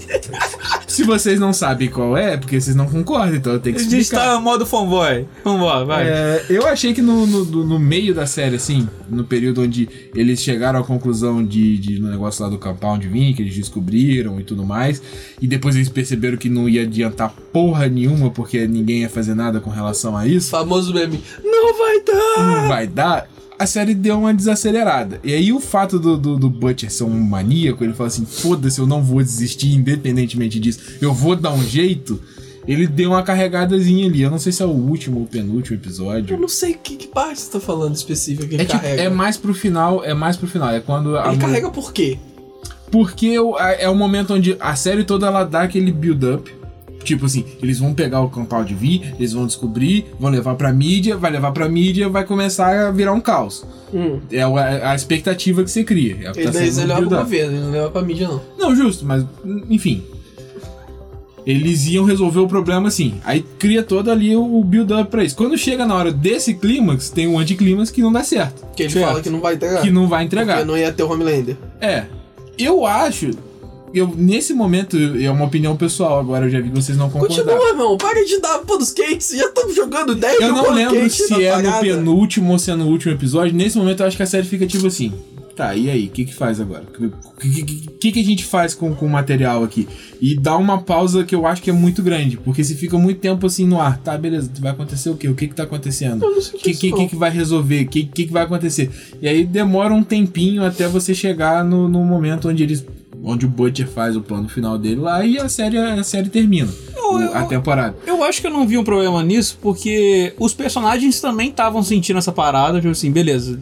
S2: Se vocês não sabem qual é, é porque vocês não concordam, então eu tenho que
S1: A
S2: explicar.
S1: gente tá no modo fanboy. Vambora, vai.
S2: É, eu achei que no, no- do- no meio da série, assim, no período onde eles chegaram à conclusão de, de no negócio lá do Compound 20, que eles descobriram e tudo mais, e depois eles perceberam que não ia adiantar porra nenhuma, porque ninguém ia fazer nada com relação a isso,
S3: Famoso meme. Não vai dar!
S2: não vai dar. A série deu uma desacelerada. E aí o fato do, do, do Butcher ser um maníaco, ele fala assim, foda-se, eu não vou desistir independentemente disso, eu vou dar um jeito. Ele deu uma carregadazinha ali. Eu não sei se é o último ou penúltimo episódio.
S3: Eu não sei que, que parte você tá falando específica que
S2: É,
S3: ele
S2: tipo,
S3: carrega.
S2: é mais pro final, é mais pro final. É quando a
S3: Ele
S2: mu-
S3: carrega por quê?
S2: Porque eu- é é o momento onde a série toda ela dá aquele build-up. Tipo assim, eles vão pegar o Compound V, eles vão descobrir, vão levar pra mídia, vai levar pra mídia, vai começar a virar um caos.
S3: Hum.
S2: É o- é a, expectativa que você cria. É, o que
S3: Ele,
S2: tá
S3: daí
S2: sendo
S3: ele
S2: um
S3: leva pro
S2: build-up.
S3: governo, ele né? não leva pra mídia, não.
S2: Não, justo, mas enfim. Eles iam resolver o problema assim. Aí cria todo ali o o build-up pra isso. Quando chega na hora desse clímax, tem um anticlímax que não dá certo.
S3: Porque ele
S1: Certo.
S3: fala que não vai entregar.
S2: Que não vai entregar.
S3: É. Porque não ia ter o Homelander.
S2: É, eu acho. Eu, nesse momento, é uma opinião pessoal agora, eu já vi que vocês não concordam.
S3: Continua, irmão. Para de dar pô dos quentes. Já estamos jogando 10
S2: Eu não
S3: jogando
S2: lembro
S3: quente na
S2: se é no
S3: parada.
S2: penúltimo ou se é no último episódio. Nesse momento, eu acho que a série fica tipo assim. Tá, e aí? O que, que faz agora? O que, que, que- que a gente faz com, com o material aqui? E dá uma pausa que eu acho que é muito grande, porque se fica muito tempo assim no ar, tá, beleza, vai acontecer o quê? O que que tá acontecendo?
S3: Eu não senti
S2: O que,
S3: é isso,
S2: que,
S3: não.
S2: que, que vai resolver? O que, que, que vai acontecer? E aí demora um tempinho até você chegar no, no momento onde eles. Onde o Butcher faz o plano final dele lá e a série, a série termina.
S1: Eu- eu-
S2: a temporada.
S1: Eu acho que eu não vi um problema nisso, porque os personagens também estavam sentindo essa parada, tipo assim, beleza.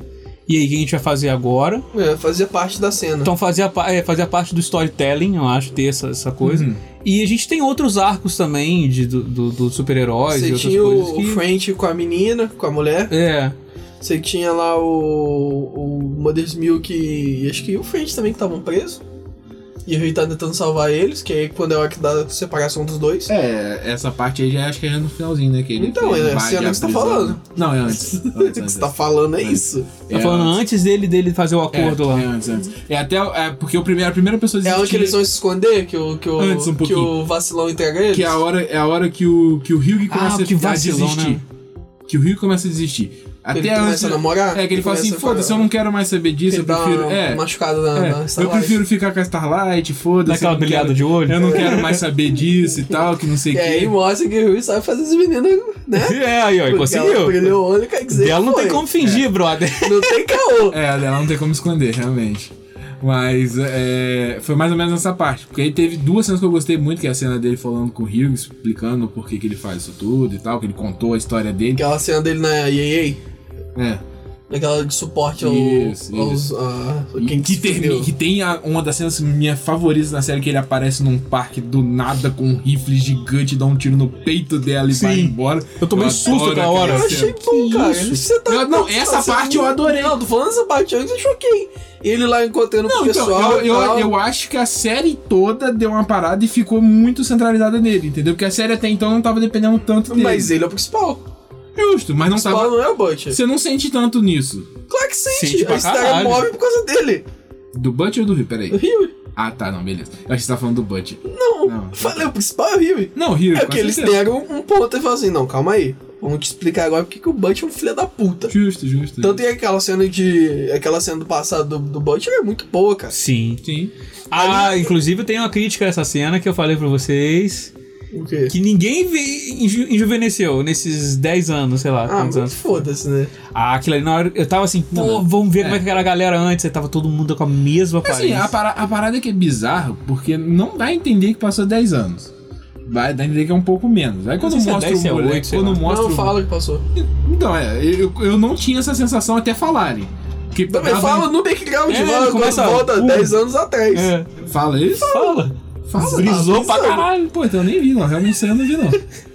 S1: E aí, o que a gente vai fazer agora?
S3: É, fazia parte da cena.
S1: Então fazia, pa- é, fazia parte do storytelling, eu acho, ter essa, essa coisa.
S2: Uhum.
S1: E a gente tem outros arcos também de, do, do, do super-heróis e
S3: Você
S1: outras
S3: tinha
S1: coisas
S3: o
S1: que...
S3: French com a menina, com a mulher.
S1: É,
S3: Você tinha lá o, o Mother's Milk e acho que o French também que estavam presos. E a gente tá tentando salvar eles, que aí quando é hora que dá a separação dos dois.
S2: É, essa parte aí já acho que é no finalzinho, né? Que ele,
S3: Então,
S2: que ele
S3: é
S2: invade
S3: cena
S2: a
S3: que você tá
S2: prisão.
S3: falando.
S2: Não, é antes. antes,
S3: que
S2: antes.
S3: você tá falando é
S2: antes.
S3: isso.
S1: Tá
S2: É
S1: falando
S2: antes.
S1: antes dele, dele fazer o
S2: É,
S1: acordo lá.
S2: é antes, antes. É até o- é porque o primeiro, a primeira pessoa
S3: É onde que
S2: desistir-
S3: eles vão se esconder? Que o, que o,
S2: Antes um
S3: que
S2: pouquinho.
S3: o vacilão entrega eles?
S2: Que é a hora, é a hora que o, que o Hyuk
S1: Ah,
S2: começa
S1: que
S2: a
S1: vacilão,
S2: desistir.
S1: né?
S2: Que o Hyuk começa a desistir. Até
S3: ele começa
S2: antes,
S3: a namorar?
S2: É, que ele fala assim,
S3: começa a-
S2: foda-se, eu não quero mais saber
S3: que
S2: disso,
S3: ele
S2: eu prefiro...
S3: dá uma
S2: é,
S3: machucada na,
S2: é,
S3: na
S2: eu
S3: Starlight.
S2: prefiro ficar com a Starlight, foda-se.
S1: Daquela
S2: eu não quero-
S1: brilhada de olho.
S2: Eu não quero mais saber disso e tal, que não sei o
S3: E aí
S2: que.
S3: mostra que o Rui sabe fazer esse menino, né?
S1: É, aí, ó, e
S3: Porque Ela
S1: conseguiu.
S3: brilhou o olho, quer dizer
S1: Dela
S3: que
S1: não tem
S3: foi.
S1: como fingir, brother.
S3: Não tem caô.
S2: É, ela não tem como esconder, realmente. Mas é, foi mais ou menos nessa parte. Porque aí teve duas cenas que eu gostei muito, que é a cena dele falando com o Hughes, explicando por que, que ele faz isso tudo e tal, que ele contou a história dele.
S3: Aquela cena dele na EA,
S2: É.
S3: aquela de suporte ao,
S2: Isso,
S3: aos.
S2: isso.
S3: a-
S2: E
S3: quem
S2: que,
S3: se
S2: termi-
S3: fudeu.
S2: que tem a- uma das cenas minhas favoritas na série, que ele aparece num parque do nada com um rifle gigante, dá um tiro no peito dela e vai
S1: Sim.
S2: embora.
S1: Eu tomei
S2: adoro
S1: susto aquela
S2: aquela
S1: hora.
S3: Eu
S2: cena.
S3: achei
S1: Que
S3: bom, cara.
S1: isso?
S3: Você tá-
S2: Eu- não, essa
S3: você-
S2: parte eu adorei.
S3: Não, tô falando essa parte antes, eu choquei. Ele lá encontrando
S2: Não,
S3: o
S2: então,
S3: pessoal.
S2: eu, eu,
S3: tal.
S2: eu acho que a série toda deu uma parada e ficou muito centralizada nele, entendeu? Porque a série até então não tava dependendo tanto dele.
S3: Mas ele é o principal.
S2: Justo, mas
S3: O
S2: não
S3: principal
S2: tava.
S3: não é o Butcher.
S2: Você não sente tanto nisso.
S3: Claro que
S1: Sente
S3: sente.
S1: pra
S3: A Star
S1: caralho.
S3: morre por causa dele.
S2: Do Butcher ou do Rio? Peraí.
S3: O Rio.
S2: Ah, tá, não, beleza. Eu acho que você tá falando do Butcher.
S3: Não.
S2: Não.
S3: Falei, o principal é o Rio.
S2: Não, Rio.
S3: É porque eles pegam um ponto e falam assim, não, calma aí. Vamos te explicar agora porque que o Butcher é um filho da puta.
S2: Justo, justo.
S3: Tanto é aquela cena de. aquela cena do passado do, do Butcher é muito boa, cara.
S1: Sim.
S2: Sim.
S1: Ah, inclusive tem uma crítica a essa cena que eu falei pra vocês.
S3: O quê?
S1: Que ninguém vi- enju- enjuvenesceu nesses 10 anos, sei lá,
S3: Ah,
S1: quantos
S3: mas
S1: anos.
S3: foda-se, né?
S1: Ah, aquilo ali na hora. Eu tava assim, pô,
S2: Não, não.
S1: vamos ver como
S2: É.
S1: é que era a galera antes. Aí tava todo mundo com a mesma
S2: Assim,
S1: aparência.
S2: a, para- a parada é que é bizarro, porque não dá a entender que passou 10 anos. Vai dar a entender que é um pouco menos. Aí quando
S1: sei se é
S2: mostra
S1: 10, se é
S2: o
S1: oito,
S2: moleque,
S1: sei
S2: quando
S1: lá.
S2: mostra
S3: não,
S2: o-
S3: fala que passou.
S1: Tá
S2: Então, é, eu, eu não tinha essa sensação até falarem. Que
S3: Também
S2: dava-
S3: fala no background,
S1: É,
S3: fala
S1: começa-
S3: quando volta
S1: uh.
S3: 10 anos atrás.
S1: É.
S2: Fala isso?
S1: Fala.
S2: Fala.
S1: Brisou pra
S3: bizarro.
S1: caralho.
S2: Pô, então eu nem vi, não. Realmente isso aí eu não vi, não.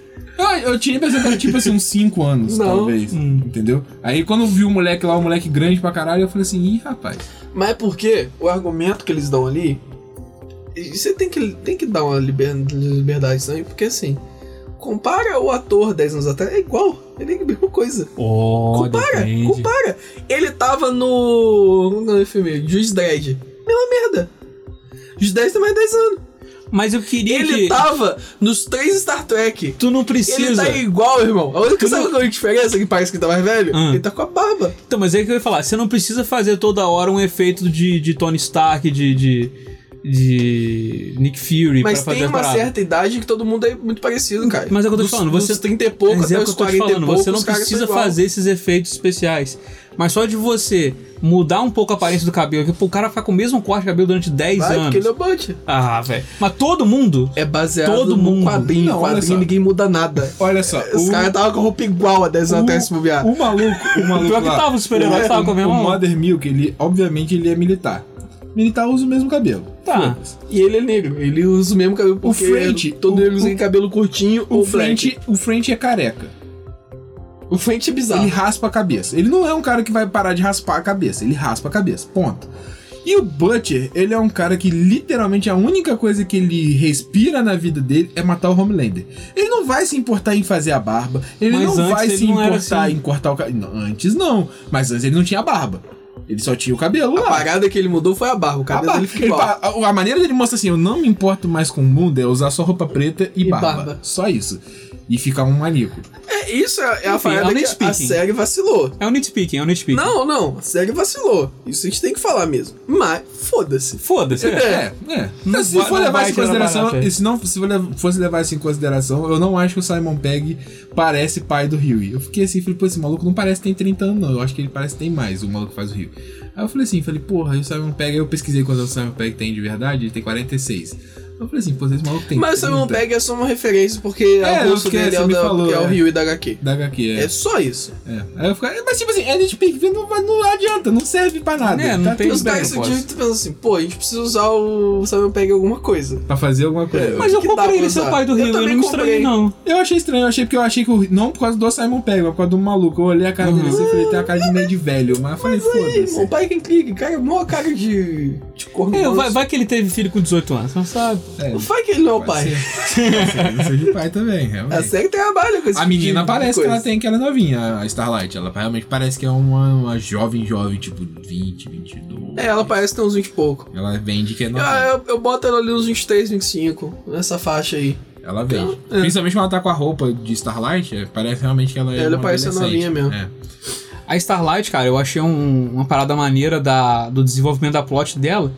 S2: Eu, eu tinha a impressão que era tipo assim, uns 5 anos,
S3: Não.
S2: talvez.
S1: Hum.
S2: Entendeu? Aí quando eu vi o moleque lá, o moleque grande pra caralho, eu falei assim, ih, rapaz.
S3: Mas é porque o argumento que eles dão ali. e Você tem que, tem que dar uma liber- liberdade também, porque assim. Compara o ator 10 anos atrás, é igual. Ele é a mesma coisa.
S1: Oh,
S3: compara,
S1: depende.
S3: compara. Ele tava no. Como que é o filme? Juiz Dredd. Mesma merda. Juiz Dredd tem mais 10 anos.
S1: Mas eu queria
S3: Ele
S1: que.
S3: tava nos três Star Trek.
S1: Tu não
S3: Ele
S1: precisa.
S3: tá igual, irmão. A única
S1: Tu não-
S3: sabe qual é a diferença que parece que ele tá mais velho?
S1: Hum.
S3: Ele tá com a barba.
S1: Então, mas é que eu ia falar, você não precisa fazer toda hora um efeito de, de Tony Stark, de, de, de Nick Fury
S3: Mas
S1: pra fazer
S3: tem
S1: a
S3: uma
S1: parada.
S3: certa idade que todo mundo é muito parecido, cara.
S1: Mas é o que eu tô te
S3: dos,
S1: falando,
S3: dos
S1: você-
S3: 30 e pouco
S1: Mas
S3: até
S1: é o que eu
S3: os
S1: tô te
S3: 40 e
S1: falando,
S3: pouco,
S1: você não
S3: os caras
S1: precisa
S3: são igual.
S1: fazer esses efeitos especiais. Mas só de você mudar um pouco a aparência do cabelo, que pô, o cara fica com o mesmo corte de cabelo durante 10
S3: Vai,
S1: anos.
S3: porque ele é o Butcher.
S1: Ah, velho. Mas todo mundo.
S3: É baseado
S1: Todo
S3: no
S1: mundo.
S3: quadrinho.
S2: Não, olha
S3: quadrinho
S2: só.
S3: ninguém muda nada.
S2: Olha só.
S3: Os caras tava com a roupa igual a 10 anos atrás, se bobear.
S2: o maluco, o maluco.
S1: Pior que tá
S2: lá,
S1: tava, os super-heróis
S3: É,
S2: o-
S1: tava com a mesma
S2: O
S1: roupa.
S2: Mother Milk, ele, obviamente, ele é militar. Militar usa o mesmo cabelo.
S1: Tá.
S2: Foda-se.
S3: E ele é negro. Ele usa o mesmo cabelo porque é
S2: French,
S3: todo
S2: o-
S3: negro usa
S2: o-
S3: cabelo curtinho
S2: O
S3: ou black.
S2: French, o French é careca.
S3: O French é bizarro.
S2: Ele raspa a cabeça. Ele não é um cara que vai parar de raspar a cabeça. Ele raspa a cabeça. Ponto. E o Butcher, ele é um cara que literalmente a única coisa que ele respira na vida dele é matar o Homelander. Ele não vai se importar em fazer a barba. Ele
S1: Mas
S2: não
S1: antes
S2: vai
S1: ele
S2: se
S1: não era
S2: importar
S1: assim.
S2: em cortar o cabelo. Antes não. Mas antes ele não tinha barba. Ele só tinha o cabelo
S3: A
S2: lá.
S3: parada que ele mudou foi Ah. a barba. O
S2: A,
S3: cabelo dele fica igual.
S2: a, a maneira dele mostra assim: eu não me importo mais com o mundo, é usar só roupa preta e,
S3: E
S2: barba.
S3: barba.
S2: Só isso. E ficar um maníaco.
S3: É, isso é, é a
S1: Enfim,
S3: parada
S1: honest
S3: que a- a
S1: speaking.
S3: série vacilou.
S1: É o nitpicking, é o nitpicking.
S3: Não, não, a série vacilou. Isso a gente tem que falar mesmo. Mas, foda-se.
S1: Foda-se.
S3: É.
S2: É, é.
S1: Não
S2: se
S1: vai-
S2: for
S1: não
S2: levar
S1: vai
S2: isso em
S1: tirar
S2: consideração,
S1: barato, é.
S2: e se não se for le- fosse levar isso em consideração, eu não acho que o Simon Pegg parece pai do Huey. Eu fiquei assim, falei, pô, esse maluco não parece que tem 30 anos, não. Eu acho que ele parece que tem mais, o maluco que faz o Huey. Aí eu falei assim, falei, porra, e o Simon Pegg, aí eu pesquisei quantos anos o Simon Pegg tem de verdade, ele tem 46. Eu falei assim, pô, esse maluco tem.
S3: Mas o Simon
S2: 30
S3: Pegg é só uma referência porque
S2: É,
S3: a
S2: eu
S3: bolsa
S2: esqueci,
S3: dele é o,
S2: me
S3: da,
S2: falou,
S3: é o
S2: é.
S3: Rio e da HQ.
S2: Da HQ, é.
S3: É só isso.
S2: é. Aí eu ficava, mas tipo assim, é nitpick, não, vai- não adianta, não serve pra nada. Tá
S1: É, não tem-
S2: tudo
S3: Os
S2: bem,
S3: caras
S2: eu posso.
S3: sentiram que pensam assim, pô, a gente precisa usar o Simon Pegg em alguma coisa.
S2: Pra fazer alguma coisa.
S3: É,
S1: Mas eu
S3: que dá
S1: comprei
S3: pra
S1: ele ser o
S3: usar?
S1: pai do
S3: Eu
S1: Rio, eu,
S3: também
S1: não me estranhei,
S3: comprei.
S1: não.
S2: Eu achei estranho, eu achei porque eu achei que o. Não por causa do Simon Pegg, mas por causa do maluco. Eu olhei a cara dele assim e falei, tem a cara de meio de velho. Mas eu falei,
S3: Ih,
S2: foda-se.
S3: Uhum. irmão, pai é quem clica, cara, mó cara de, de corno.
S1: É, vai,
S3: manso.
S1: vai que ele teve filho com 18 anos, não sabe?
S2: É,
S3: Vai que ele não é o
S2: pode
S3: pai.
S2: ser. Pode ser, não seja o pai também,
S3: A
S2: realmente.
S3: série trabalha É, com esse
S2: A
S3: tipo
S2: menina
S3: de
S2: parece que
S3: coisa.
S2: ela tem que ela é novinha, a Starlight. Ela realmente parece que é uma, uma jovem, jovem, tipo 20, 22.
S3: É, ela parece que tem uns 20 e pouco.
S2: Ela vende que é
S3: Ah,
S2: novinha.
S3: eu, eu boto ela ali uns 23, 25, nessa faixa aí.
S2: Ela vende. Principalmente quando ela tá com a roupa de Starlight, é, parece realmente que ela é.
S3: Ela
S2: uma
S3: parece
S2: adolescente.
S3: novinha mesmo.
S2: É.
S1: A Starlight, cara, eu achei um- uma parada maneira da- do desenvolvimento da plot dela,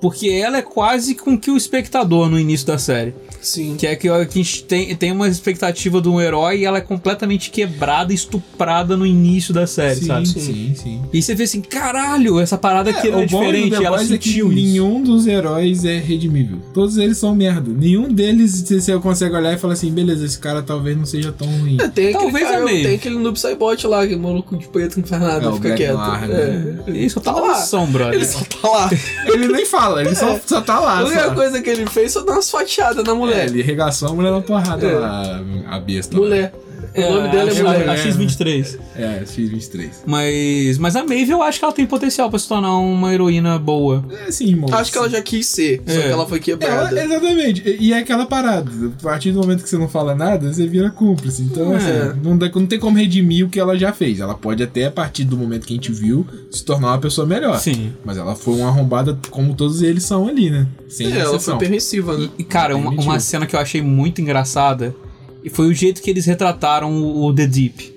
S1: porque ela é quase com que o espectador no início da série.
S3: Sim.
S1: Que é que a gente tem, tem uma expectativa de um herói e ela é completamente quebrada, estuprada no início da série,
S2: sim,
S1: É, sabe?
S2: sim, sim, É,
S1: E você vê assim, caralho, essa parada
S3: É,
S1: aqui era
S2: o bom do
S1: diferente,
S2: The
S1: ela
S2: Boys é que
S1: sentiu isso.
S2: nenhum dos heróis é redimível. Todos eles são merda. Nenhum deles você- você consegue olhar e falar assim, beleza, esse cara talvez não seja tão ruim.
S3: É, tem
S1: Talvez
S3: aquele cara,
S1: a meio.
S3: Tem aquele noob saibot lá, aquele maluco de preto que não faz nada,
S2: É, o
S3: fica
S2: Black
S3: quieto.
S2: Noir, né?
S3: é.
S1: Ele só tá
S3: Tá
S1: na
S3: lá.
S1: missão, brother.
S3: Ele só tá lá.
S2: Ele nem fala, ele só, só tá lá.
S3: É. A única
S2: só.
S3: coisa que ele fez foi dar umas fatiadas na
S2: É,
S3: mulher.
S2: ele regaçou a mulher na porrada
S3: É.
S2: lá, a besta. lá.
S3: mulher.
S1: É,
S3: o nome dela é
S1: a-
S3: mulher.
S1: A, a X-23.
S2: É, X23.
S1: Mas, mas a Maeve eu acho que ela tem potencial pra se tornar uma heroína boa.
S2: É sim, irmão.
S3: Acho que ela já quis ser, só
S1: É.
S3: que ela foi
S2: Ela-
S3: quebrada.
S2: exatamente, e e é aquela parada. A partir do momento que você não fala nada, você vira cúmplice. Então,
S1: É.
S2: assim, não, dá- não tem como redimir o que ela já fez. Ela pode até, a partir do momento que a gente viu, se tornar uma pessoa
S3: Ah,
S2: melhor.
S1: Sim.
S2: Mas ela foi uma arrombada como todos eles são ali, né? Sem
S3: É, ela foi
S2: exceção.
S3: permissiva, né?
S1: E, cara, uma,
S2: Permitiu.
S1: uma cena que eu achei muito engraçada e foi o jeito que eles retrataram o, o The Deep.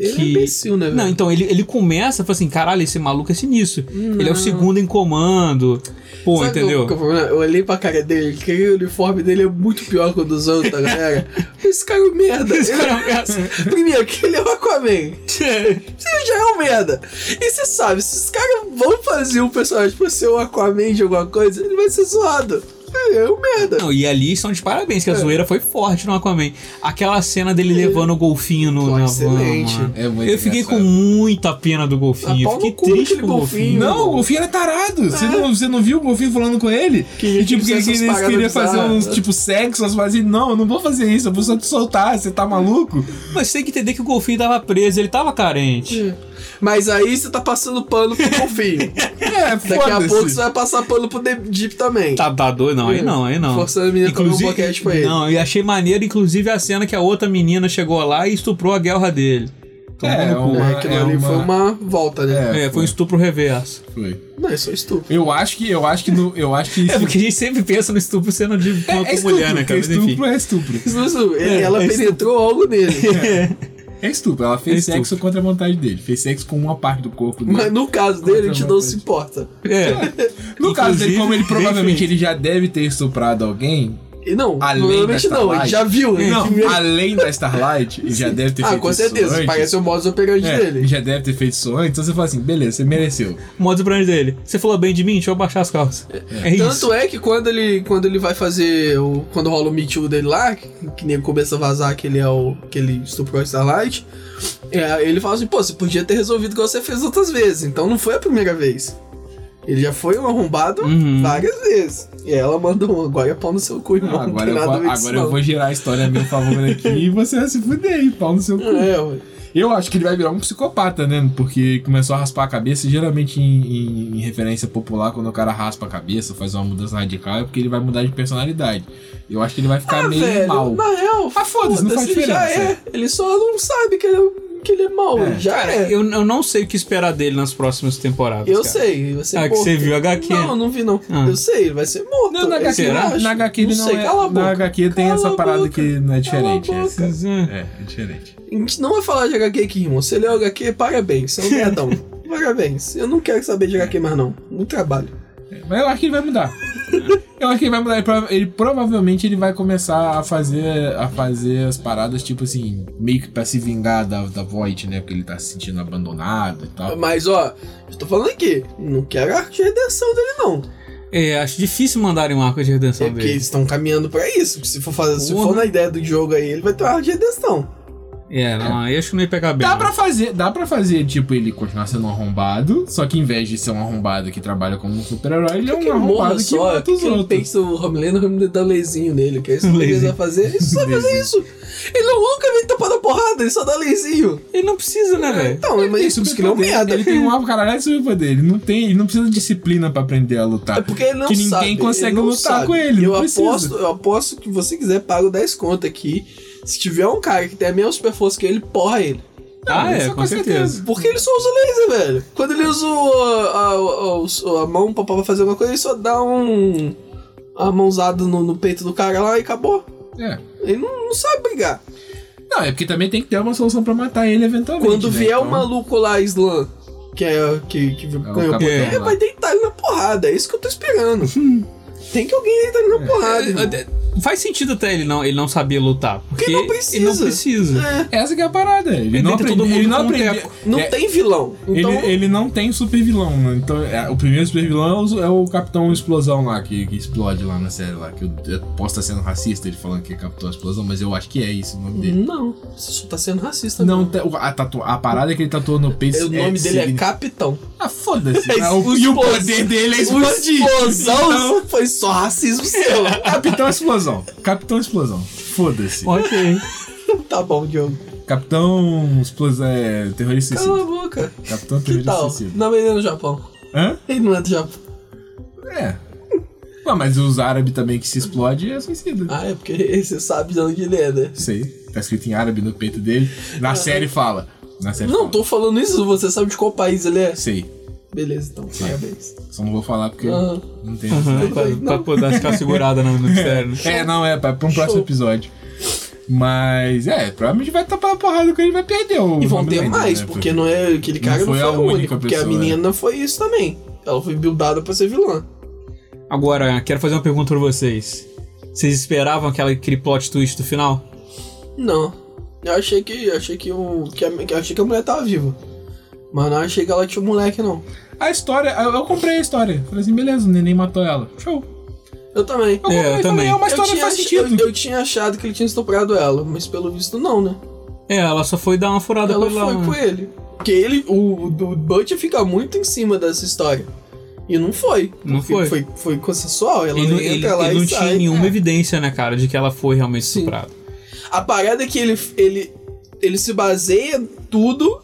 S3: Ele
S1: Que-
S3: é imbecil, né, velho?
S1: Não, então, ele, ele começa e fala assim, caralho, esse maluco é sinistro.
S3: Não.
S1: Ele é o segundo em comando. Pô,
S3: Sabe
S1: entendeu?
S3: qual que é o problema? Eu olhei pra cara dele, que o uniforme dele é muito pior que o dos outros da galera. Esse cara é um merda.
S1: Esse cara é um
S3: merda. Primeiro, que ele é o Aquaman. Você já é um merda. E você sabe, se os caras vão fazer um personagem pra ser o Aquaman de alguma coisa, ele vai ser zoado. Ele é um merda.
S1: Não, e ali são de parabéns, que
S3: É.
S1: a zoeira foi forte no Aquaman. Aquela cena dele levando o golfinho no,
S3: Pô,
S1: na
S3: É. excelente.
S1: van.
S2: É muito
S1: Eu fiquei com
S3: um
S2: engraçado.
S1: muita pena do
S3: Ah,
S1: golfinho. Eu
S3: pau no
S1: fiquei
S3: cu
S1: triste
S3: daquele
S1: com o golfinho.
S3: golfinho.
S2: Não, o golfinho era tarado.
S3: É.
S2: Você, não, você não viu o golfinho falando com ele?
S3: Que-
S2: e, tipo,
S3: que
S2: que,
S3: essas
S2: que eles
S3: paradas
S2: queriam fazer uns
S3: bizarras. né?
S2: tipo sexo, as assim, não, eu não vou fazer isso, eu vou só te soltar, você tá maluco?
S1: Mas tem que entender que o golfinho tava preso, ele tava carente.
S3: É. Mas aí você tá passando pano pro golfinho.
S2: É,
S3: Daqui a pouco você
S2: foda-se.
S3: vai passar pano pro The Deep também.
S1: Tá, tá doido? Não, aí não, aí não.
S3: Forçando É. a menina a comer um boquete pra ele.
S1: Não, e achei maneiro, inclusive, a cena que a outra menina chegou lá e estuprou a guerra dele. Tomou
S2: É,
S1: no cu.
S2: uma-
S3: É, aquilo
S2: é
S3: ali
S2: uma-
S3: foi uma volta, né?
S1: É, foi um estupro reverso.
S2: foi.
S3: Não, isso é estúpido.
S2: Eu acho que, eu acho que, no, eu acho que isso...
S1: É porque a gente sempre pensa no estupro sendo de
S2: É-
S1: contra
S2: é estupro,
S1: mulher, né, cara?
S2: porque
S1: Mas enfim.
S2: estupro é estupro.
S3: Zuzu, ele-
S1: É,
S3: ela
S1: é
S3: penetrou algo nele.
S2: É estupro, ela
S1: É
S2: fez
S1: estupro.
S2: sexo contra a vontade dele, fez sexo com uma parte do corpo dele.
S3: Mas no caso dele, a gente não se importa.
S1: É,
S2: No caso dele,
S1: Inclusive,
S2: como ele
S1: bem
S2: provavelmente
S1: feito.
S2: ele já deve ter estuprado alguém,
S3: E não,
S2: Além
S3: provavelmente
S2: da
S3: não, a
S2: Starlight.
S3: gente já viu. né?
S2: não,
S3: A gente-
S2: além da Starlight, ele já deve ter
S3: ah,
S2: feito
S3: com
S2: isso
S3: certeza,
S2: antes.
S3: parece o modus operandi
S2: É, ele
S3: dele.
S2: já deve ter feito isso antes, então você fala assim, beleza, você mereceu.
S1: modo pra dele. Você falou bem de mim? Deixa eu baixar as calças. É, isso.
S3: Tanto é que quando ele, quando ele vai fazer. O, quando rola o Me Too dele lá, que, que nem começa a vazar que ele é o. que ele estuprou a Starlight, é, ele fala assim, pô, você podia ter resolvido igual você fez outras vezes. Então não foi a primeira vez. Ele já foi um arrombado
S1: Uhum.
S3: várias vezes. E ela mandou um agora é pau no seu cu, irmão.
S2: Não,
S3: Não,
S2: Ah, agora
S3: tem
S2: eu,
S3: nada a ver
S2: vou,
S3: com
S2: agora
S3: isso,
S2: eu
S3: não.
S2: vou girar a história a meu favor aqui e você vai se fuder, aí, pau no seu cu.
S3: É, ué.
S2: Eu acho que ele vai virar um psicopata, né? Porque começou a raspar a cabeça. e Geralmente, em, em- em referência popular, quando o cara raspa a cabeça, faz uma mudança radical, é porque ele vai mudar de personalidade. Eu acho que ele vai ficar meio
S3: Ah, velho,
S2: mal.
S3: Na real,
S2: Ah, foda-se, não faz
S3: foda-se,
S2: diferença.
S3: Já é. Ele só não sabe que ele, é- que ele é mau.
S2: É.
S3: Já é. Eu,
S1: Eu, eu não sei o que esperar dele nas próximas temporadas. cara.
S3: sei. Você
S1: Ah, que você viu HQ.
S3: Não, não vi não.
S1: Ah.
S3: Eu sei, ele vai ser morto.
S2: Não, na HQ,
S3: Esse eu
S1: será?
S3: acho.
S2: na HQ ele não,
S3: sei,
S2: é.
S3: Cala a
S2: na
S3: boca.
S2: HQ tem
S3: Cala
S2: essa
S3: a
S2: parada
S3: boca.
S2: que não é diferente.
S3: Cala a boca.
S2: É,
S1: Mas, é.
S2: é, é diferente.
S3: A gente não vai falar de HQ aqui, irmão. Você leu HQ, parabéns. Você é um merdão. Parabéns. Eu não quero saber de HQ mais, não. Muito trabalho.
S2: Mas eu acho que ele vai mudar. eu acho que ele vai mudar. Ele, prova- ele- provavelmente ele vai começar a fazer, a fazer as paradas, tipo assim, meio que pra se vingar da, da Void, né? Porque ele tá se sentindo abandonado e tal.
S3: Mas, ó, eu tô falando aqui. Não quero a redenção dele, não.
S1: É, acho difícil mandarem um arco de
S3: É
S1: redenção
S3: porque
S1: dele.
S3: eles estão caminhando pra isso. porque Se for, fazer, se
S1: Porra.
S3: for na ideia do jogo aí, ele vai ter uma de redenção.
S1: É, não, aí acho que não ia pegar bem.
S2: Dá
S1: não.
S2: pra fazer, dá pra fazer, tipo, ele continuar sendo um arrombado, só que em vez de ser um arrombado que trabalha como um super-herói, ele é
S3: que
S2: um
S3: morra
S2: arrombado que
S3: só,
S2: mata
S3: que
S2: os
S3: ele
S2: outros.
S3: pensa o Homelander, o Homelander dá um leizinho nele, que é isso que ele
S1: Leizinho.
S3: vai fazer. Ele só vai fazer isso. Ele não nunca vem tapando a porrada, ele só dá leizinho.
S1: Ele não precisa, né, velho?
S3: Então, mas
S2: Tem
S3: isso que ele é um
S2: superpoder,
S3: merda.
S2: Ele tem um arco caralho de superpoder. Ele não tem, ele não precisa de disciplina pra aprender a lutar.
S3: É porque ele não
S2: que ninguém
S3: sabe.
S2: consegue
S3: ele não
S2: lutar
S3: sabe.
S2: com ele,
S3: Eu
S2: não precisa.
S3: aposto, eu aposto que você quiser pago 10 conto aqui. Se tiver um cara que tem a mesma super força que ele, porra ele.
S1: Ah,
S2: isso
S1: é, com certeza.
S3: Porque ele só usa laser, velho. Quando ele usa o- a, a- a- a mão pra, pra fazer alguma coisa, ele só dá um. A mãozada no, no peito do cara lá e acabou.
S2: É.
S3: Ele não, não sabe brigar.
S2: Não, é porque também tem que ter uma solução pra matar ele eventualmente.
S3: Quando
S2: né?
S3: vier
S2: Então,
S3: o maluco lá, Slam, que é. que, que
S2: É o
S3: ganhou o
S2: capitão
S3: poder,
S2: lá.
S3: vai deitar ele na porrada. É isso que eu tô esperando. Tem que alguém deitar ele na porrada. irmão.
S1: É, Faz sentido até ele não, ele não saber lutar. Porque,
S3: ele não
S1: Ele não
S3: precisa.
S1: precisa.
S3: É.
S2: Essa que é a parada. Ele,
S1: Ele
S2: não
S1: deita
S2: aprende,
S1: todo mundo
S2: ele não
S1: com um
S2: aprende.
S1: teco.
S3: Não
S2: É,
S3: tem vilão. Então,
S2: Ele, ele não tem super vilão, né? Então, é, o primeiro super vilão é o, é o Capitão Explosão lá, que, que explode lá na série lá. Que eu, eu posso estar sendo racista ele falando que é Capitão Explosão, mas eu acho que é isso o nome dele.
S3: Não, você só tá sendo racista.
S2: Não, te- a, tatua- a parada é que ele tatuou no peito
S3: O nome dele é
S2: signi-
S3: Capitão.
S2: Ah, foda-se.
S3: É,
S2: Ah, o-
S3: o
S2: e o
S3: explosão-
S2: poder dele é
S3: O
S2: explodir.
S3: explosão
S2: Então,
S3: foi só racismo seu. Ah,
S2: Capitão Explosão. Capitão Explosão. Foda-se.
S1: Ok.
S3: tá bom, Diogo.
S2: Capitão Explosão. É, terrorista
S3: Cala
S2: suicida.
S3: a boca.
S2: Capitão
S3: Que
S2: terrorista
S3: tal?
S2: suicida.
S3: Não, mas ele é no Japão.
S2: Hã?
S3: Ele não é do Japão.
S2: É. Ué, mas os árabes também que se explode é suicida.
S3: Ah, é porque você sabe de onde ele é, né?
S2: Sei. Tá escrito em árabe no peito dele. Na série fala. Na série
S3: Não,
S2: fala.
S3: tô falando isso, você sabe de qual país ele é.
S2: Sei.
S3: Beleza, então, parabéns.
S2: Só não vou falar porque
S3: Aham.
S2: não tem
S1: Uhum, pra, pra poder ficar segurada no mistério. né?
S2: É, não, é, pra, pra um próximo
S3: Show.
S2: episódio. Mas, é, provavelmente vai tapar a porrada que ele vai perder. O
S3: E vão ter
S2: Homelander,
S3: mais,
S2: né?
S3: porque não é aquele
S2: não
S3: cara não
S2: foi
S3: foi,
S2: a
S3: a
S2: única
S3: única, porque a
S2: pessoa,
S3: menina foi isso também. Ela foi buildada pra ser vilã.
S1: Agora, quero fazer uma pergunta pra vocês. Vocês esperavam aquela, aquele plot twist do final?
S3: Não. Eu achei que. eu achei que o. Que a, que eu achei que a mulher tava viva. Mas não achei que ela tinha um moleque, não.
S2: A história, eu, eu comprei a história. Falei assim, beleza, o neném matou ela. Show.
S3: Eu também.
S2: Eu
S1: É,
S2: comprei,
S1: eu
S2: falei,
S1: também.
S2: É uma história
S3: eu
S2: que
S3: tinha
S2: faz
S3: ach-
S2: sentido.
S3: Eu, eu tinha achado que ele tinha estuprado ela, mas pelo visto não, né?
S1: É, ela só foi dar uma furada
S3: ela
S1: pra lá.
S3: foi
S1: né?
S3: com ele. Porque ele. O, o, o Butch fica muito em cima dessa história. E não foi.
S1: Não
S3: Porque
S1: foi.
S3: Foi, foi consensual. Ela
S1: Ele, não-
S3: entra
S1: ele-
S3: lá
S1: ele
S3: e
S1: não
S3: sai.
S1: tinha nenhuma evidência, né, cara, de que ela foi realmente
S3: Sim.
S1: estuprada.
S3: A parada é que ele, ele, ele se baseia tudo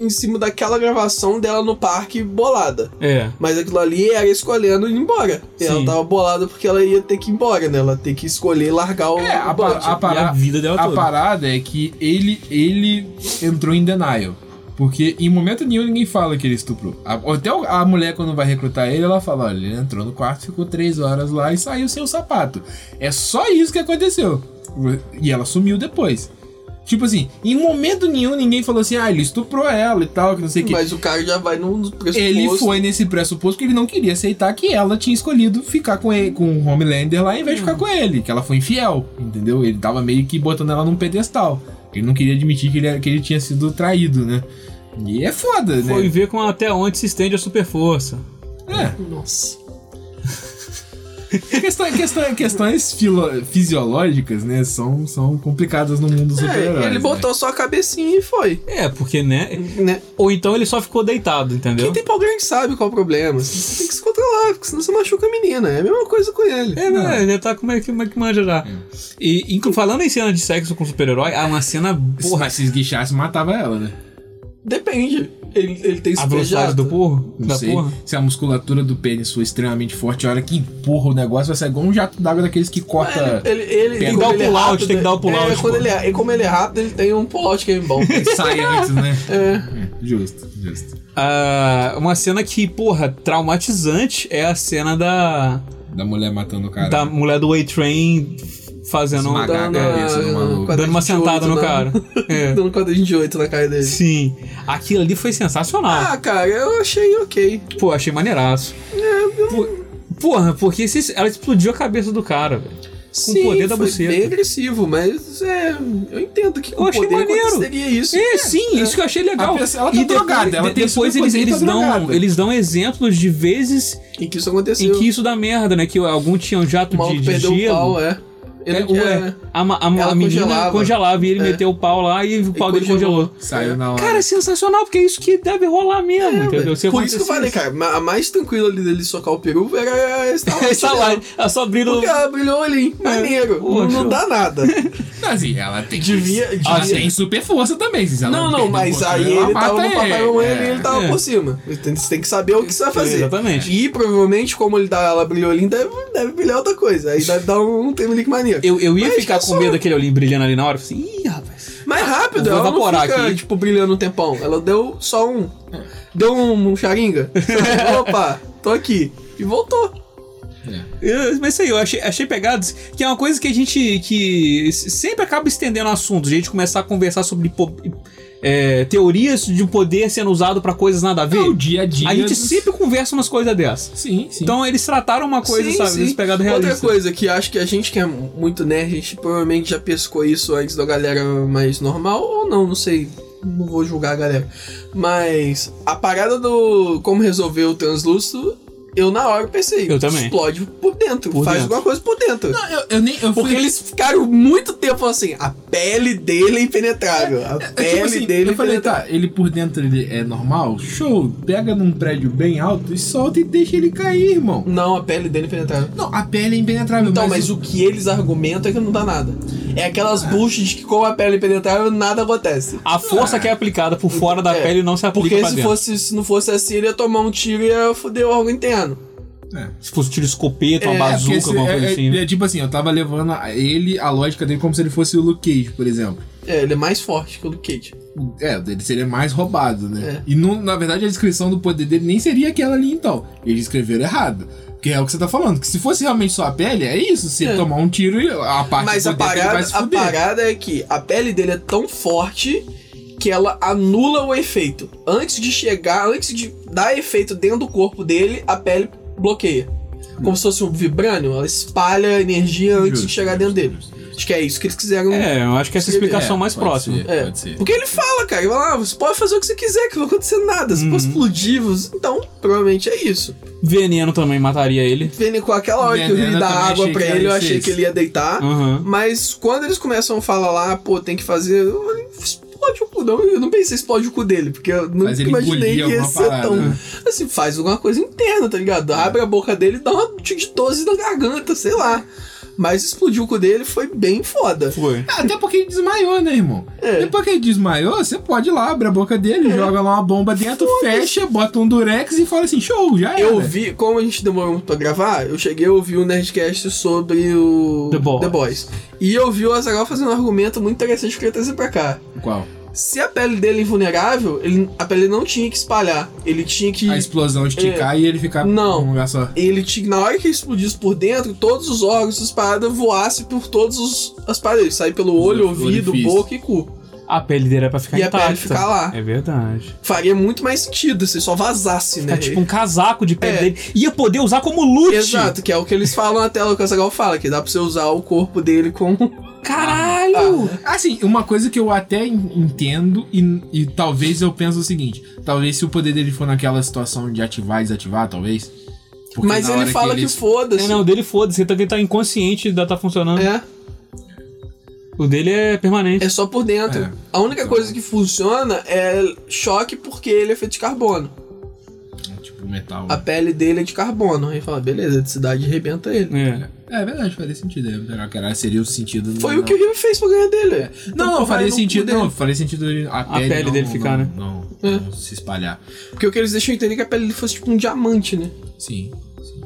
S3: em cima daquela gravação dela no parque bolada.
S1: É.
S3: Mas aquilo ali era escolhendo ir embora. E
S1: Sim.
S3: ela tava bolada porque ela ia ter que ir embora, né? Ela ter que escolher largar o.
S2: É, a,
S3: o bote.
S2: pa- a
S1: E a
S2: parada.
S1: vida dela
S2: A
S1: toda.
S2: parada é que ele, ele entrou em denial. Porque em momento nenhum ninguém fala que ele estuprou. A- até o- a mulher, quando vai recrutar ele, ela fala: olha, ele entrou no quarto, ficou três horas lá e saiu sem o sapato. É só isso que aconteceu. E ela sumiu depois. Tipo assim, em momento nenhum ninguém falou assim: ah, ele estuprou ela e tal, que não sei o que.
S3: Mas o cara já vai no pressuposto.
S2: Ele foi nesse pressuposto que ele não queria aceitar que ela tinha escolhido ficar com ele, com o Homelander lá, em vez de ficar com ele, que ela foi infiel, entendeu? Ele tava meio que botando ela num pedestal. Ele não queria admitir que ele, que ele tinha sido traído, né? E é foda, né?
S1: Foi ver com até onde se estende a super força.
S2: É,
S3: Nossa.
S2: questão- questão- questões filo- fisiológicas, né, são, são complicadas no mundo né? super-herói.
S3: É, ele botou só a cabecinha e foi.
S1: É, porque, né?
S3: Né?
S1: Ou então ele só ficou deitado, entendeu?
S3: Quem tem pau grande sabe qual é o problema. Você tem que se controlar, porque senão você machuca a menina. É a mesma coisa com ele.
S1: É, né? Ele tá como é que, como é que manja já.
S2: Hum.
S1: E inclu- falando em cena de sexo com super-herói, há uma cena
S2: Porra,
S1: porra.
S2: se esguichasse, matava ela, né?
S3: Depende. Ele, ele tem
S1: A velocidade
S3: superjato.
S1: do porro?
S2: Não
S1: da
S2: sei
S1: porra?
S2: se a musculatura do pênis for extremamente forte, a hora que empurra o negócio vai sair igual um jato d'água daqueles que corta...
S3: É,
S1: Tá.
S3: Ele, ele, ele,
S2: Tem que
S3: quando
S1: dar o
S3: ele
S1: pull-out,
S3: rápido,
S1: tem que dar o pull-out,
S3: É, quando
S1: pô.
S3: ele, é- e como ele é rápido, ele tem um pull-out que é bom.
S2: Sai antes, né?
S3: É.
S2: Justo, justo.
S1: Ah, uma cena que, porra, traumatizante é a cena da,
S2: Da mulher matando o cara.
S1: da mulher do A-Train fazendo.
S2: Esmaga- Cagar a cabeça do maluco.
S1: Dando uma sentada no cara. É.
S3: Dando um quadradinho de oito na cara dele.
S1: Sim. Aquilo ali foi sensacional.
S3: Ah, cara, eu achei ok.
S1: Pô,
S3: É, um
S1: achei maneiraço. Por- Porra, porque se- ela explodiu a cabeça do cara, velho. com o poder da
S3: foi
S1: buceta.
S3: bem agressivo, mas é, eu entendo que com
S1: Eu
S3: o
S1: achei
S3: poder
S1: maneiro.
S3: aconteceria isso.
S1: É, sim, isso que eu achei legal.
S2: A pessoa- ela tá
S1: e depois,
S2: drogada, ela
S1: de-
S2: tem
S1: depois eles,
S2: superpoder e tá
S1: eles, dão,
S2: drogada.
S1: eles dão exemplos de vezes
S3: Em que isso
S1: em
S3: aconteceu.
S1: que isso dá merda, né? Que algum tinha um jato
S3: o maluco
S1: de, de
S3: perdeu o
S1: gelo.
S3: pau, é. Ele
S1: É,
S3: não tinha-
S1: ué. A, ma- a,
S3: Ela
S1: a menina
S3: congelava.
S1: congelava. e ele
S3: É.
S1: meteu o pau lá e o pau dele
S3: congelou.
S1: congelou.
S2: Saiu na hora.
S1: Cara, é sensacional, porque é isso que deve rolar mesmo,
S3: É,
S1: entendeu?
S3: velho.
S1: Se
S3: Por isso que eu falei,
S1: acontecer
S3: cara, ma- a mais tranquila ali dele socar o peru era a Starlight.
S1: isso- Essa lá, ela só brilha.
S3: Porque ela brilhou ali, maneiro.
S1: Poxa.
S3: Não dá nada.
S2: Assim, ela tem.
S3: Devia-
S2: Ela
S3: devia-
S2: tem super força também. Se ela
S3: Não,
S2: perder
S3: não,
S2: um
S3: mas
S2: pouquinho,
S3: aí
S2: ela
S3: ele
S2: mata
S3: tava no papai e mamãe tá-
S2: é.
S3: ali, ele tava
S1: É.
S3: por cima. Então, Você tem que saber o que você vai fazer.
S1: Exatamente.
S3: E provavelmente, como ele dá ela brilholim, deve, deve brilhar outra coisa. Aí deve dar um tremelique maneiro.
S1: Eu, eu ia
S3: Mas
S1: ficar
S3: que
S1: com
S3: só-
S1: medo daquele olhinho brilhando ali na hora. Eu falei assim, ih, rapaz.
S3: Mais rápido,
S1: Vou
S3: ela não
S1: evaporar
S3: fica,
S1: aqui. É.
S3: tipo, brilhando um tempão. Ela deu só um. Deu um, um charinga. Sabe? Opa, tô aqui. E voltou.
S2: É.
S1: Eu- mas isso aí, eu achei, achei pegados, que é uma coisa que a gente que s- sempre acaba estendendo o assunto, de a gente começar a conversar sobre po- é, teorias de poder sendo usado pra coisas
S3: Tá
S1: nada a ver.
S2: É o dia a dia.
S1: a gente
S2: dos-
S1: sempre conversa umas coisas dessas.
S2: Sim, sim.
S1: Então eles trataram uma coisa,
S3: Sim,
S1: sabe?
S3: sim.
S1: Eles pegaram
S3: Outra
S1: realista.
S3: coisa que acho que a gente que é muito nerd, a gente provavelmente já pescou isso antes da galera mais normal, ou não, não sei. Não vou julgar a galera. Mas a parada do como resolver o translúcido, eu na hora pensei.
S1: Eu também.
S3: Explode por dentro.
S1: Por
S3: faz
S1: dentro.
S3: alguma coisa por dentro.
S2: Não, eu, eu nem. Eu fui- é tipo
S3: Porque eles ficaram muito tempo assim, a pele dele é impenetrável. A
S2: É,
S3: pele
S2: tipo assim,
S3: dele é
S2: eu falei,
S3: impenetrável.
S2: tá, ele por dentro ele é normal? Show, pega num prédio bem alto e solta e deixa ele cair, irmão.
S3: Não, a pele dele é impenetrável.
S2: Não, a pele é impenetrável,
S3: Então,
S2: mas,
S3: mas o que eles argumentam é que não dá nada. É aquelas bullshit de que com a pele impenetrável nada acontece.
S1: A força que é aplicada por fora da
S3: É,
S1: pele não se aplica
S3: Porque
S1: pra
S3: se,
S1: dentro.
S3: fosse, se não fosse assim, ele ia tomar um tiro e ia foder o órgão interno.
S2: É.
S1: Se fosse um tiro de escopeta, uma
S3: É,
S2: É, porque
S1: bazuca,
S2: esse-
S1: alguma coisa
S2: é, é-
S1: assim.
S2: é tipo assim, eu tava levando a- ele, a lógica dele, como se ele fosse o Luke Cage, por exemplo.
S3: É, ele é mais forte que o do Cage.
S2: É, o dele seria mais roubado,
S3: É.
S2: né? E não- na verdade a descrição do poder dele nem seria aquela ali, então. Eles escreveram errado. Que é o que você tá falando, que se fosse realmente só a pele, é isso. Se ele
S3: É.
S2: tomar um tiro, a parte
S3: Mas
S2: do
S3: a
S2: poder dele
S3: parada,
S2: vai se
S3: a
S2: fuder.
S3: parada é que a pele dele é tão forte que ela anula o efeito. Antes de chegar, antes de dar efeito dentro do corpo dele, a pele bloqueia. Como se fosse um vibrânio, ela espalha energia é antes
S2: Justo,
S3: de chegar
S2: justo,
S3: dentro dele.
S2: justo, justo.
S3: Acho que é isso que eles quiseram.
S1: É, eu acho que essa é a
S3: Seria-
S1: explicação
S2: É,
S1: mais
S2: pode
S1: próxima.
S2: ser,
S3: É.
S2: Pode ser.
S3: Porque ele fala, cara, ele fala, ah, você pode fazer o que você quiser, que não vai acontecer nada, você
S1: Uhum.
S3: pode explodir, você- então provavelmente é isso.
S1: Veneno também mataria ele.
S3: Vendo com aquela hora que eu
S2: Veneno,
S3: vi
S2: eu
S3: dar
S2: também
S3: água
S2: achei
S3: pra
S2: que
S3: ele,
S2: era isso,
S3: eu
S2: isso.
S3: achei
S2: Uhum.
S3: que ele ia deitar,
S1: Aham.
S3: mas quando eles começam a falar lá, pô, tem que fazer, eu falei, explode o cu, não, eu não pensei explode o cu dele, porque eu
S2: Mas
S3: nunca
S2: ele
S3: imaginei que
S2: engolia
S3: ia
S2: alguma
S3: ser
S2: parada,
S3: tão...
S2: né? É.
S3: Assim, faz alguma coisa interna, tá ligado? Abre a boca dele e dá uma tiro de 12 na garganta, sei lá. Mas explodiu o cu dele foi bem foda.
S1: Foi.
S2: Ah, Até porque ele desmaiou, né, irmão?
S3: É.
S2: Depois que ele desmaiou, você pode ir lá, abre a boca dele, joga lá uma bomba dentro, fecha, bota um durex e fala assim, show, já
S3: Eu
S1: É.
S2: era.
S3: vi, como a gente demorou muito pra gravar, eu cheguei a ouvir um Nerdcast sobre o
S1: The Boys.
S3: E eu vi o Azaghal fazendo um argumento muito interessante que eu ia trazer pra cá.
S2: Qual?
S3: Se a pele dele é invulnerável, ele, a pele não tinha que espalhar. Ele tinha que.
S2: A explosão esticar e ele ficar
S3: É. Não.
S2: num lugar só.
S3: Ele tinha, na hora que explodisse por dentro, todos os órgãos, as paradas voassem por todas os- as paredes. Sair pelo olho,
S2: Os
S3: ouvido,
S2: orifícios.
S3: boca e cu.
S1: A pele dele era pra ficar
S3: E a
S1: intacta.
S3: pele ficar lá.
S1: É verdade.
S3: Faria muito mais sentido se só vazasse, né?
S1: Ficar tipo um casaco de pele
S3: É.
S1: dele. Ia poder usar como loot.
S3: Exato, que é o que eles falam na tela, o que o Azaghal fala, que dá pra você usar o corpo dele como. Ah,
S1: Caralho!
S2: Assim, uma coisa que eu até en- entendo e, e talvez eu penso o seguinte, talvez se o poder dele for naquela situação de ativar e desativar, talvez. Porque
S3: Mas
S2: na
S3: ele
S2: hora
S3: fala que,
S2: ele-
S1: É,
S3: foda-se.
S1: não, o dele foda-se. Ele tá- Ele tá inconsciente, ainda tá funcionando.
S3: ah, É,
S1: O dele é permanente.
S3: é só por dentro.
S2: É.
S3: A única coisa que funciona é choque porque ele é feito de carbono.
S2: Tipo, metal.
S3: A pele dele é de carbono. Aí fala, beleza, de cidade arrebenta ele.
S1: É.
S2: É verdade, faria sentido. É melhor, cara, seria o sentido...
S3: Foi
S2: não-
S3: o que o Rio fez pra ganhar dele. Então,
S2: Não, não,
S3: vai
S2: faria
S3: no cu
S2: sentido.
S3: dele.
S2: Não, faria sentido ele, a, pele,
S1: pele
S2: não-
S1: dele ficar,
S2: não-
S1: né?
S2: Não,
S3: É.
S2: não se espalhar.
S3: Porque o que eles deixam entender é que a pele dele fosse tipo um diamante, né?
S2: Sim. sim.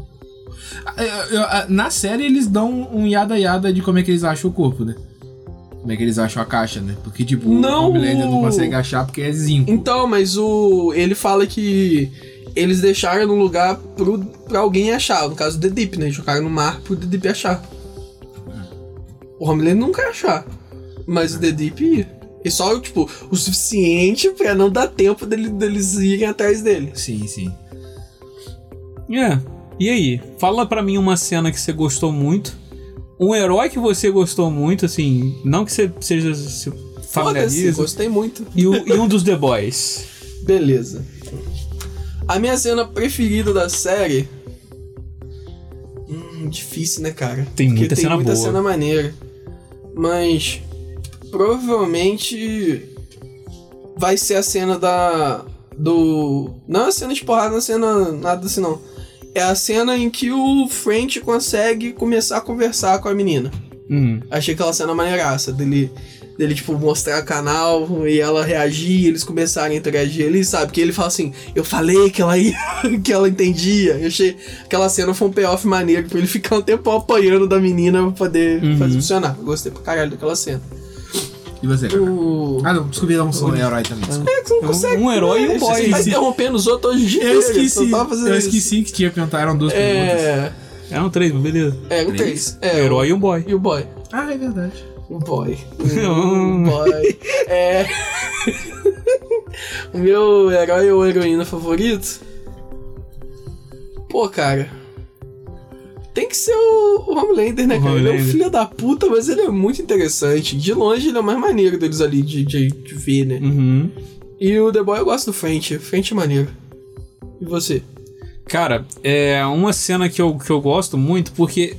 S2: Ah, eu- eu- ah, Na série eles dão um yada yada de como é que eles acham o corpo, né? Como é que eles acham a caixa, né? Porque, tipo,
S3: Não!
S2: o Homelander não consegue achar porque é zinco.
S3: Então, mas o. Ele fala que eles deixaram num lugar pro, pra alguém achar. No caso, o The Deep, né? Jogaram no mar pro The Deep achar. O Homelander nunca ia achar. Mas o The Deep ia. E só, tipo, o suficiente pra não dar tempo dele, deles irem atrás dele.
S2: Sim, sim.
S1: É. E aí? Fala pra mim uma cena que você gostou muito. um herói que você gostou muito, assim, não que você seja se
S3: Foda-se,
S1: familiariza,
S3: gostei muito.
S1: e, o- e um dos The Boys.
S3: Beleza. A minha cena preferida da série. Hum, difícil, né, cara?
S1: Tem muita
S3: tem
S1: cena
S3: muita
S1: boa.
S3: cena maneira. Mas. Provavelmente. Vai ser a cena da. Do. Não a cena de porrada, não a cena. Nada assim, não. É a cena em que o French consegue começar a conversar com a menina.
S1: Hum.
S3: Achei aquela cena maneiraça dele, dele tipo, mostrar canal e ela reagir, e eles começarem a interagir ali, sabe? Que ele fala assim, eu falei que ela ia, que ela entendia. Eu achei aquela cena foi um payoff maneiro, pra ele ficar um tempão apanhando da menina pra poder
S1: Uhum.
S3: fazer funcionar. Eu Gostei pra caralho daquela cena.
S2: E você, Kaká?
S3: O...
S2: Ah, não, descobri dar um som herói também. desculpa.
S3: É que você não
S1: Um-
S3: consegue,
S1: um herói e um
S3: né?
S1: boy.
S3: Você vai interrompendo os outros hoje em dia.
S2: Eu esqueci.
S3: Só tava fazendo
S2: Eu
S3: isso.
S2: esqueci que tinha perguntaram duas perguntas.
S3: É...
S1: Eram três, mas beleza.
S3: É, um
S2: Três?
S3: três. É,
S1: O herói e um boy.
S3: E o boy.
S2: Ah, é verdade.
S3: O Um boy.
S1: Hum.
S3: O boy. É. o meu herói ou heroína favorito? Pô, cara. Tem que ser o, o Homelander, né,
S1: O
S3: cara? Ele é um
S1: Homelander.
S3: filho da puta, mas ele é muito interessante. De longe, ele é o mais maneiro deles ali de, de, de ver, né?
S1: Uhum.
S3: E o The Boy eu gosto do Frente. Frente é maneiro. E você?
S1: Cara, é uma cena que eu, que eu gosto muito porque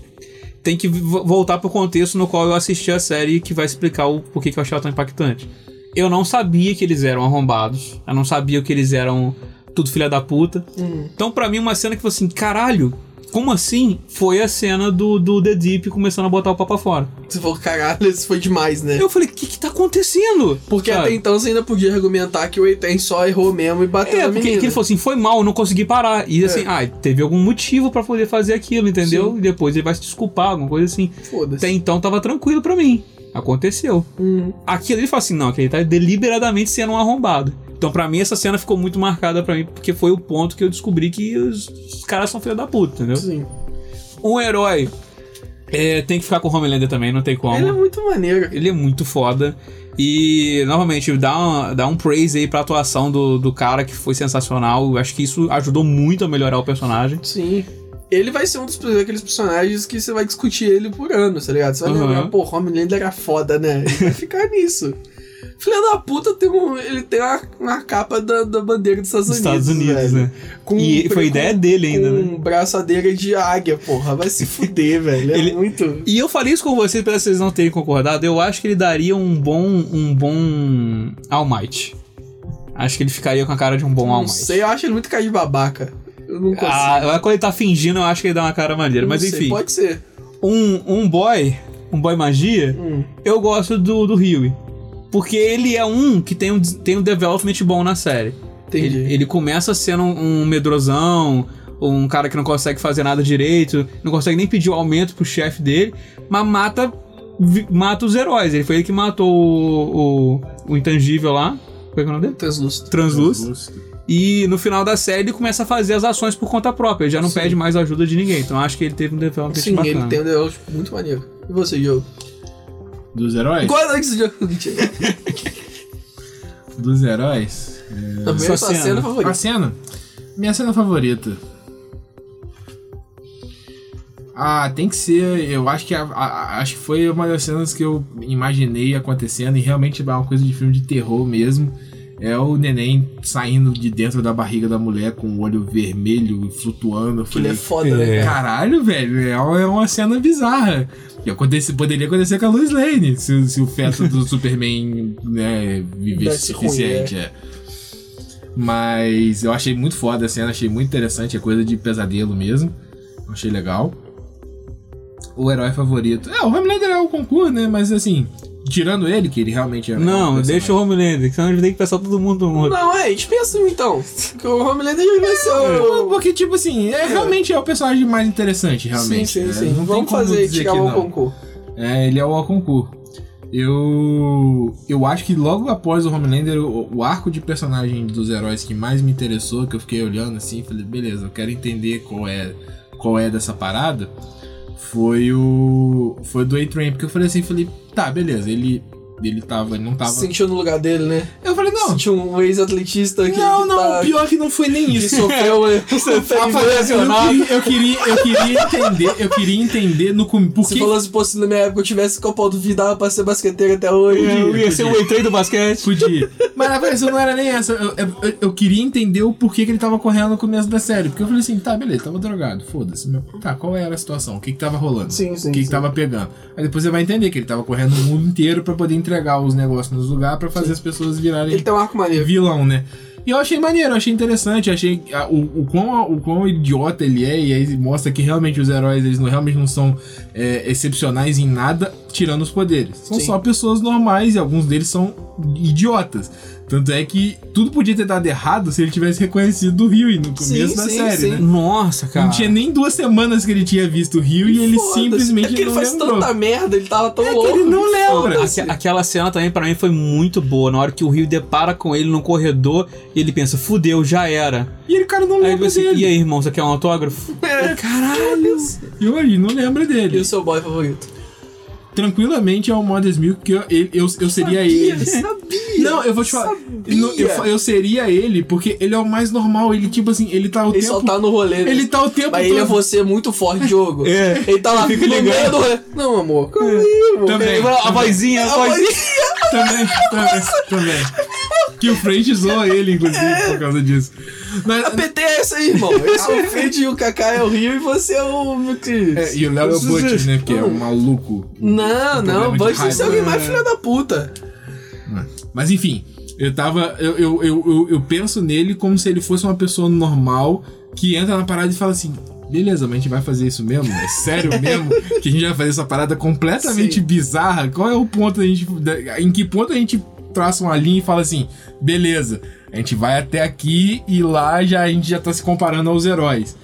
S1: tem que vo- voltar pro contexto no qual eu assisti a série que vai explicar o porquê que eu achei ela tão impactante. Eu não sabia que eles eram arrombados, eu não sabia que eles eram tudo filha da puta.
S3: Hum.
S1: Então, pra mim, uma cena que foi assim, caralho, como assim? Foi a cena do, do The Deep começando a botar o papo pra fora.
S3: Você falou, caralho, isso foi demais, né?
S1: Eu falei, o que que tá acontecendo?
S3: Porque até
S1: Sabe?
S3: então você ainda podia argumentar que o Eitan só errou mesmo e bateu
S1: É,
S3: na
S1: porque
S3: menina.
S1: que ele falou assim, foi mal, eu não consegui parar.
S3: É.
S1: E assim, ah, teve algum motivo pra poder fazer aquilo, entendeu? E depois ele vai se desculpar, alguma coisa assim.
S3: Foda-se.
S1: Até então tava tranquilo pra mim. Aconteceu.
S3: Hum.
S1: Aquilo ele fala assim, não, que ele tá deliberadamente sendo um arrombado. Então pra mim essa cena ficou muito marcada pra mim, porque foi o ponto que eu descobri que os, os caras são filha da puta, entendeu?
S3: Sim.
S1: Um herói é, tem que ficar com o Homelander também, não tem como.
S3: Ele é muito maneiro.
S1: Ele é muito foda. E, novamente, dá, uma- dá um praise aí pra atuação do, do cara que foi sensacional. Eu acho que isso ajudou muito a melhorar o personagem.
S3: Sim. Ele vai ser um dos daqueles personagens que você vai discutir ele por anos, tá ligado? Você vai
S1: Aham.
S3: lembrar, pô, Homelander era foda, né? Ele vai ficar nisso. Filha da puta tem um, ele tem uma, uma capa da, da bandeira dos Estados
S1: Dos
S3: Unidos.
S1: Estados Unidos,
S3: velho.
S1: né?
S3: Com, um
S1: E foi ideia dele
S3: com,
S1: ainda, né?
S3: com braçadeira de águia, porra. Vai se fuder, velho. É
S1: Ele-
S3: muito.
S1: E eu falei isso com vocês pra vocês não terem concordado. Eu acho que ele daria um bom. um bom. All Might. Acho que ele ficaria com a cara de um bom All
S3: Não
S1: Might.
S3: sei, eu acho ele muito cara de babaca. Eu não consigo.
S1: Ah, quando ele tá fingindo, eu acho que ele dá uma cara maneira.
S3: Não
S1: Mas
S3: sei,
S1: enfim,
S3: Pode ser.
S1: um, um boy, um boy magia,
S3: Hum.
S1: eu gosto do, do Huey. Porque ele é um que tem um, des- tem um development bom na série.
S3: Entendi.
S1: Ele, ele começa sendo um, um medrosão, um cara que não consegue fazer nada direito, não consegue nem pedir o aumento pro chefe dele, mas mata vi- mata os heróis. Ele foi ele que matou o, o, o intangível lá. Qual é que é o nome dele?
S3: Translúcido.
S1: Translúcido.
S2: Translúcido.
S1: E no final da série ele começa a fazer as ações por conta própria. Ele já não
S3: Sim.
S1: pede mais ajuda de ninguém. Então acho que ele teve um development
S3: Sim,
S1: bacana.
S3: ele tem um development muito maneiro. E você, Diogo?
S2: Dos heróis?
S3: Qual é que você Diogo? Mentira.
S2: Dos heróis?
S3: Também
S1: Sua
S3: é sua
S1: cena.
S3: cena
S2: A
S3: favorita.
S2: cena? Minha cena favorita. Ah, tem que ser. Eu acho que a- a- acho que foi uma das cenas que eu imaginei acontecendo e realmente é uma coisa de filme de terror mesmo. É o neném saindo de dentro da barriga da mulher com o olho vermelho e flutuando. Eu
S3: Que ele é
S2: falei,
S3: foda, né,
S1: É.
S3: cara?
S2: Caralho, velho, é uma, é uma cena bizarra. E acontece, poderia acontecer com a Lois Lane, se, se o feto do Superman né, vivesse o
S3: Desse ruim, né?
S2: suficiente. é. Mas eu achei muito foda a cena, achei muito interessante, é coisa de pesadelo mesmo. Achei legal. O herói favorito. É, o Homelander é o concurso, né? Mas assim, tirando ele, que ele realmente é.
S1: Não, deixa o Homelander, que senão a gente tem que pensar todo mundo do mundo.
S3: um Não, é, dispensa um, então. Que o Homelander já vai ser
S2: Não,
S3: o...
S2: Porque, tipo assim, é, realmente é o personagem mais interessante, realmente.
S3: sim, sim,
S2: né?
S3: sim.
S2: Não tem
S3: Vamos
S2: como
S3: fazer,
S2: dizer
S3: tirar um
S2: que
S3: o
S2: não.
S3: concurso.
S2: É, ele é o Alconcourt. Eu. Eu acho que logo após o Homelander, o, o arco de personagem dos heróis que mais me interessou, que eu fiquei olhando assim, falei, beleza, eu quero entender qual é qual é dessa parada, foi o. Foi do A-Train, porque eu falei assim, falei, tá, beleza, ele Ele tava, ele não tava.
S3: Se sentiu no lugar dele, né?
S2: Eu falei, não.
S3: Sentiu um ex-atletista que.
S2: Não,
S3: que
S2: não,
S3: tá-
S2: o pior é que não foi nem
S3: Que
S2: isso.
S3: sofreu. né? Tá sofreu
S2: Eu falei assim, eu
S3: lesionado.
S2: queria, eu queria, eu queria entender, eu queria entender no começo. Por
S3: Se
S2: que
S3: falou assim, pô, se na minha época eu tivesse Copa do Vinho, dava pra ser basqueteiro até hoje.
S2: É,
S1: Eu ia ser o Eitei do basquete.
S2: Podia. Mas a pressão não era nem essa. Eu, eu- eu queria entender o porquê que ele tava correndo no começo da série. Porque eu falei assim, tá, beleza, tava drogado, foda-se. meu. Tá, qual era a situação? O que que tava rolando?
S3: Sim, sim,
S2: O que que
S3: sim.
S2: tava pegando? Aí depois você vai entender que ele tava correndo o mundo inteiro pra poder entregar os negócios nos lugares pra fazer as pessoas virarem
S3: Ele tem um arco maneiro.
S2: vilão, né? E eu achei maneiro, eu achei interessante, eu achei ah, o, o, quão, o quão idiota ele é, e aí mostra que realmente os heróis, eles não, realmente não são é, excepcionais em nada, tirando os poderes. São
S3: Sim.
S2: só pessoas normais, e alguns deles são idiotas. Tanto é que tudo podia ter dado errado se ele tivesse reconhecido o Rio no começo
S3: Sim,
S2: da
S3: sim,
S2: série,
S3: sim.
S2: né?
S1: Nossa, cara.
S2: Não tinha nem duas semanas que ele tinha visto o Rio e ele
S3: Foda-se.
S2: simplesmente
S3: É que ele
S2: não
S3: faz
S2: lembrou.
S3: tanta merda, ele tava tão
S2: É que
S3: louco.
S2: ele não lembra.
S3: Foda-se.
S1: Aque- Aquela cena também pra mim foi muito boa. Na hora que o Rio depara com ele no corredor e ele pensa, fudeu, já era.
S2: E ele, cara, não
S1: Aí ele
S2: lembra
S1: pensa, e
S2: dele.
S1: aí, irmão, você quer um autógrafo? Caralho!
S2: E eu aí, não lembra dele.
S3: E o seu boy favorito?
S2: tranquilamente é o Modest Milk, porque eu, ele- eu, eu seria ele.
S3: sabia.
S2: Não, eu vou te falar.
S3: sabia.
S2: Não, eu, fa- eu seria ele, porque ele é o mais normal. Ele, tipo assim, ele tá o
S3: Ele
S2: tempo.
S3: só tá no rolê, né?
S2: Ele tá o tempo
S3: Mas
S2: todo.
S3: ele é você muito forte, Diogo.
S1: É.
S3: Ele tá lá no
S1: Fica
S3: meio
S1: ligando.
S3: do rolê. Não, amor. Calma aí, amor.
S2: É. Também.
S3: Ele vai- Ah,
S1: A vozinha, a vozinha.
S2: Também, também, também. Que o French zoa ele, inclusive, por causa disso. Mas-
S3: A PT é essa aí, irmão. Eu sou o Fede e o Kaká é o Rio e você é o Milk.
S2: é, e o Léo é o Butch, né? Porque é um maluco.
S3: Não,
S2: Um
S3: não,
S2: problema de
S3: Bugs deve ser
S2: raiva.
S3: alguém mais filha da puta.
S2: Mas enfim, eu tava. Eu, eu, eu, eu, eu penso nele como se ele fosse uma pessoa normal que entra na parada e fala assim. Beleza, mas a gente vai fazer isso mesmo? É sério mesmo? que a gente vai fazer essa parada completamente
S3: Sim.
S2: bizarra? Qual é o ponto a gente. da- Em que ponto a gente traça uma linha e fala assim, beleza, a gente vai até aqui e lá já a gente já tá se comparando aos heróis.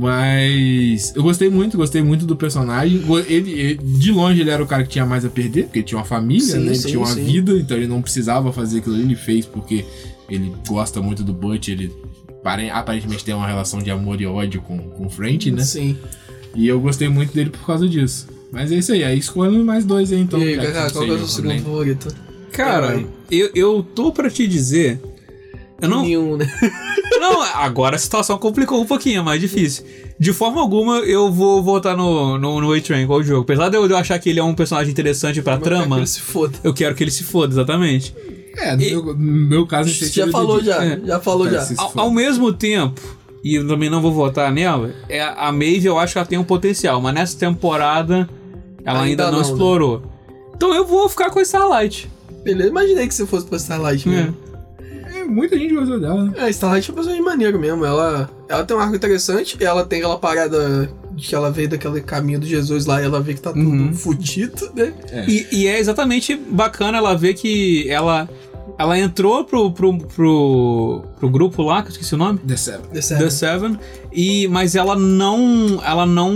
S2: Mas eu gostei muito, gostei muito do personagem. Go- Ele, ele- de longe ele era o cara que tinha mais a perder, porque ele tinha uma família,
S3: Sim,
S2: né? Ele
S3: sim,
S2: tinha uma
S3: sim.
S2: vida, então ele não precisava fazer aquilo ali, ele fez porque ele gosta muito do Butch, ele pare- aparentemente tem uma relação de amor e ódio com, com o French, né?
S3: Sim.
S2: E eu gostei muito dele por causa disso. Mas é isso aí, aí escolha mais dois aí então.
S3: e aí,
S2: já que
S3: Kaká,
S2: não
S3: qual
S2: sei,
S3: que é o seu
S2: eu
S3: segundo
S2: nem-
S3: favorito?
S1: Cara,
S3: Caralho.
S1: eu, eu tô pra te dizer. Eu não,
S3: Nenhum, né?
S1: não, agora a situação complicou um pouquinho, é mais difícil. De forma alguma, eu vou voltar no, no, no A-Train, igual o jogo. Apesar de eu de eu achar que ele é um personagem interessante pra
S3: Mas
S1: trama,
S3: Ele se foda.
S1: eu quero que ele se foda, exatamente.
S2: É, no
S1: E-
S2: meu, no meu caso,
S3: Você
S2: esse
S3: já
S2: tiro
S3: falou
S2: de-
S3: já,
S1: É.
S3: já falou
S2: Tá,
S3: já.
S2: se-
S1: Ao, ao mesmo tempo, e eu também não vou votar nela, é, a Maeve eu acho que ela tem um potencial, mas nessa temporada ela
S3: Ainda
S1: ainda, não,
S3: não, né?
S1: explorou. Então eu vou ficar com né? a Starlight.
S3: Beleza, imaginei que você fosse né? pra Starlight mesmo.
S2: É, muita gente gostou dela, né?
S3: É, a Starlight é um personagem maneiro mesmo. Ela, ela tem um arco interessante, ela tem aquela parada de que ela veio daquele caminho do Jesus lá e ela vê que tá tudo
S1: Uhum.
S3: fudido, né?
S1: E, e é exatamente bacana ela ver que ela, ela entrou pro, pro, pro, pro grupo lá, que eu esqueci o nome.
S2: The Seven.
S3: The
S1: The
S3: Seven.
S1: Seven. E, mas ela não. Ela não.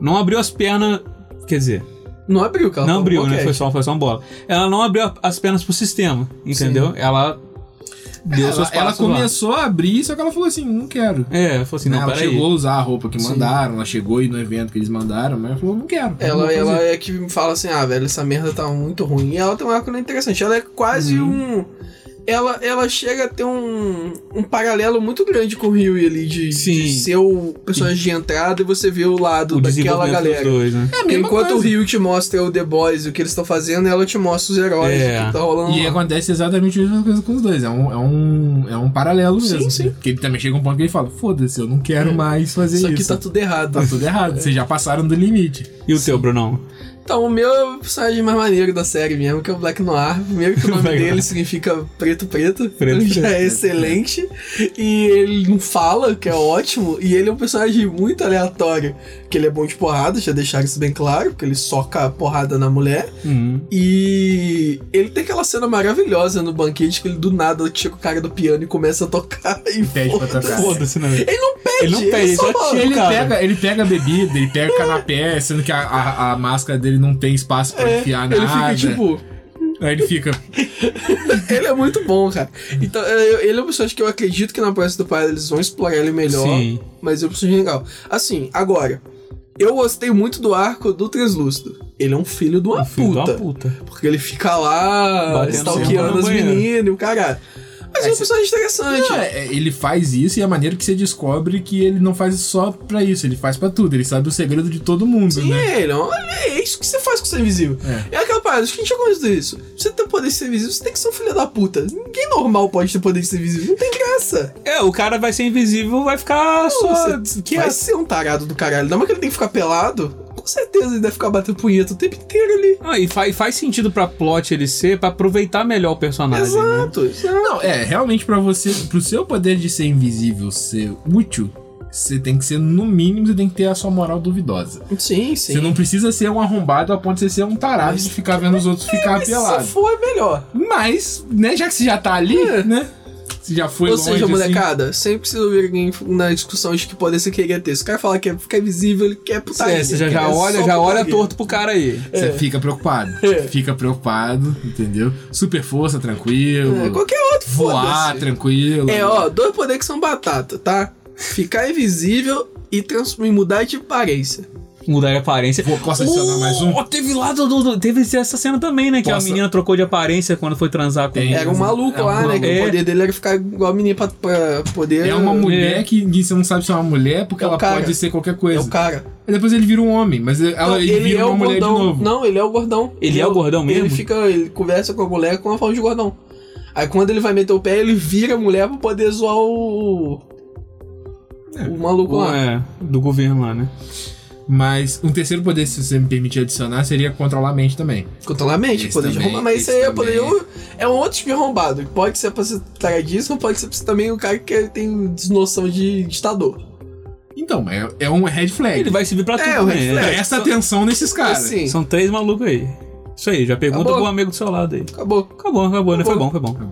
S1: Não abriu as pernas. Quer dizer,
S3: Não abriu, cara.
S1: não abriu, né? Foi só, foi só uma bola. Ela não abriu a- as pernas pro sistema, entendeu? Ela deu
S2: Ela,
S1: seus
S2: ela
S1: passos lá.
S2: começou a abrir, só que ela falou assim: não quero.
S1: É, falou assim, não,
S2: ela
S1: peraí.
S2: chegou a usar a roupa que
S3: Sim.
S2: mandaram, ela chegou aí no evento que eles mandaram, mas ela falou, não quero. não
S3: Ela,
S2: vou
S3: ela
S2: fazer.
S3: é que me fala assim, ah, velho, essa merda tá muito ruim. E ela tem um arco interessante. Ela é quase
S1: Uhum.
S3: um. Ela, ela chega a ter um, um paralelo muito grande com o Rio ali, de,
S1: Sim.
S3: de ser o personagem de entrada e você vê o lado
S1: O desenvolvimento
S3: daquela
S1: dos
S3: galera.
S1: dois, né?
S2: É a mesma
S3: Enquanto o
S2: coisa.
S3: Rio te mostra o The Boys, o que eles estão fazendo, ela te mostra os heróis,
S1: É.
S3: o que tá rolando.
S2: E
S3: lá.
S2: acontece exatamente a mesma coisa com os dois. É um, é um, é um paralelo
S3: Sim,
S2: mesmo.
S3: sim.
S2: Porque ele também chega um ponto que ele fala: foda-se, eu não quero
S3: É.
S2: mais fazer
S3: Isso aqui
S2: isso.
S3: tá tudo errado.
S2: Tá tudo errado, vocês já passaram do limite.
S1: E o teu, Brunão?
S3: Então, o meu é o personagem mais maneiro da série mesmo, que é o Black Noir. Primeiro que o nome
S1: Black
S3: dele significa preto preto,
S1: Preto,
S3: já
S1: preto.
S3: é excelente. E ele não fala, que é ótimo. E ele é um personagem muito aleatório, que ele é bom de porrada, já deixaram isso bem claro, porque ele soca a porrada na mulher.
S1: Hum.
S3: E ele tem aquela cena maravilhosa no banquete, que ele do nada tira o cara do piano e começa a tocar. E
S2: Pede pra tocar.
S1: Foda-se, né? velho?
S3: Ele não pede,
S1: Ele não pede, ele só
S3: só fala.
S1: tira.
S2: Ele
S1: Cara.
S2: pega, ele pega a bebida, ele pega o canapé, sendo que a, a, a máscara dele não tem espaço pra enfiar
S3: É. Ele
S2: nada.
S3: fica tipo.
S2: Aí ele fica.
S3: Ele é muito bom, cara. Então, eu- ele é uma pessoa que eu acredito que na próxima temporada eles vão explorar ele melhor.
S1: Sim.
S3: Mas eu preciso de legal. Assim, agora. Eu gostei muito do arco do Translúcido. Ele é um filho de uma,
S1: Filho de uma
S3: puta,
S1: puta.
S3: Porque ele fica lá
S1: Batendo
S3: stalkeando
S1: no
S3: as
S1: banheiro.
S3: meninas e o caralho. Mas é,
S2: É,
S3: um personagem interessante.
S2: Não, é- é- ele faz isso e é a maneira que você descobre que ele não faz só pra isso, ele faz pra tudo, ele sabe o segredo de todo mundo,
S3: Sim,
S2: né?
S3: ele é, um- é isso que você faz com ser invisível. É. aquela parada, acho que a gente já conheceu isso. Pra você ter poder de ser invisível, você tem que ser um filho da puta. Ninguém normal pode ter poder de ser invisível. Não tem graça.
S1: É, o cara vai ser invisível, vai ficar só.
S3: Você
S1: que assim,
S3: vai ser um tarado do caralho. Não é que ele tem que ficar pelado. Com certeza ele deve ficar batendo punheta o tempo inteiro ali.
S1: Ah, e faz, faz sentido pra plot ele ser, pra aproveitar melhor o personagem. né?
S3: Exato, exato.
S2: Não, é, realmente pra você, pro seu poder de ser invisível ser útil, você tem que ser, no mínimo, você tem que ter a sua moral duvidosa.
S3: Sim, sim.
S2: Você não precisa ser um arrombado a ponto de você ser um tarado de ficar vendo os outros ficar
S3: Mas se
S2: pelado.
S3: for, é melhor.
S2: Mas, né, já que você já tá ali,
S3: É.
S2: né? Você já foi
S3: Ou
S2: longe,
S3: seja,
S2: assim.
S3: molecada, sempre precisa ouvir alguém na discussão de que poder você queria ter. Se o cara falar que é, fica invisível, ele quer putaria.
S1: É, você já,
S3: quer
S1: já
S3: só
S1: olha, já olha
S3: putaria.
S1: torto pro cara aí.
S2: Você fica preocupado.
S3: É.
S2: Fica preocupado, entendeu? Super força, tranquilo.
S3: É, qualquer outro,
S2: Voar,
S3: foda-se.
S2: tranquilo.
S3: É, ó, dois poderes que são batata, tá? Ficar invisível e, trans- e mudar de aparência.
S1: Mudar de aparência.
S2: Vou- posso adicionar mais um?
S1: Oh, teve lá do, do- Teve essa cena também, né? Que
S2: Posso-
S1: a menina trocou de aparência quando foi transar com
S2: Tem.
S1: ele.
S3: Era um maluco
S2: É um
S3: lá, né? Que
S1: maluco.
S3: o poder dele era ficar igual a menina pra, pra poder.
S2: É uma mulher
S1: É.
S2: que ninguém- você não sabe se é uma mulher porque
S3: É o
S2: ela
S3: cara.
S2: pode ser qualquer
S3: É
S2: coisa.
S3: o cara.
S2: Aí depois ele vira um homem, mas ela,
S3: Não, é
S2: ele, vira uma mulher de novo.
S3: Não, ele é o gordão.
S1: Ele é o gordão
S3: Ele
S1: mesmo?
S3: fica, ele conversa com a mulher com a forma de gordão. Aí quando ele vai meter o pé, ele vira a mulher pra poder zoar o. O maluco
S1: Pô,
S3: lá.
S1: é, do governo lá, né?
S2: Mas um terceiro poder, se você me permitir adicionar, seria controlar a mente também.
S3: Controlar a mente,
S2: Esse
S3: poder de
S2: também,
S3: arrombar. Mas isso
S2: esse
S3: aí é poder.
S2: também.
S3: É um outro tipo de arrombado. Pode ser pra ser tradição, pode ser pra ser também o cara que tem desnoção de ditador.
S2: Então, é, é um red flag.
S1: Ele vai servir pra tudo,
S3: É, o
S1: né?
S3: reflexo.
S2: É essa atenção nesses caras.
S3: assim,
S1: São três malucos aí. Isso aí, já pergunta
S3: Acabou.
S1: pro amigo do seu lado aí.
S3: acabou.
S1: Acabou, acabou, né? Foi
S3: Acabou.
S1: bom, foi bom.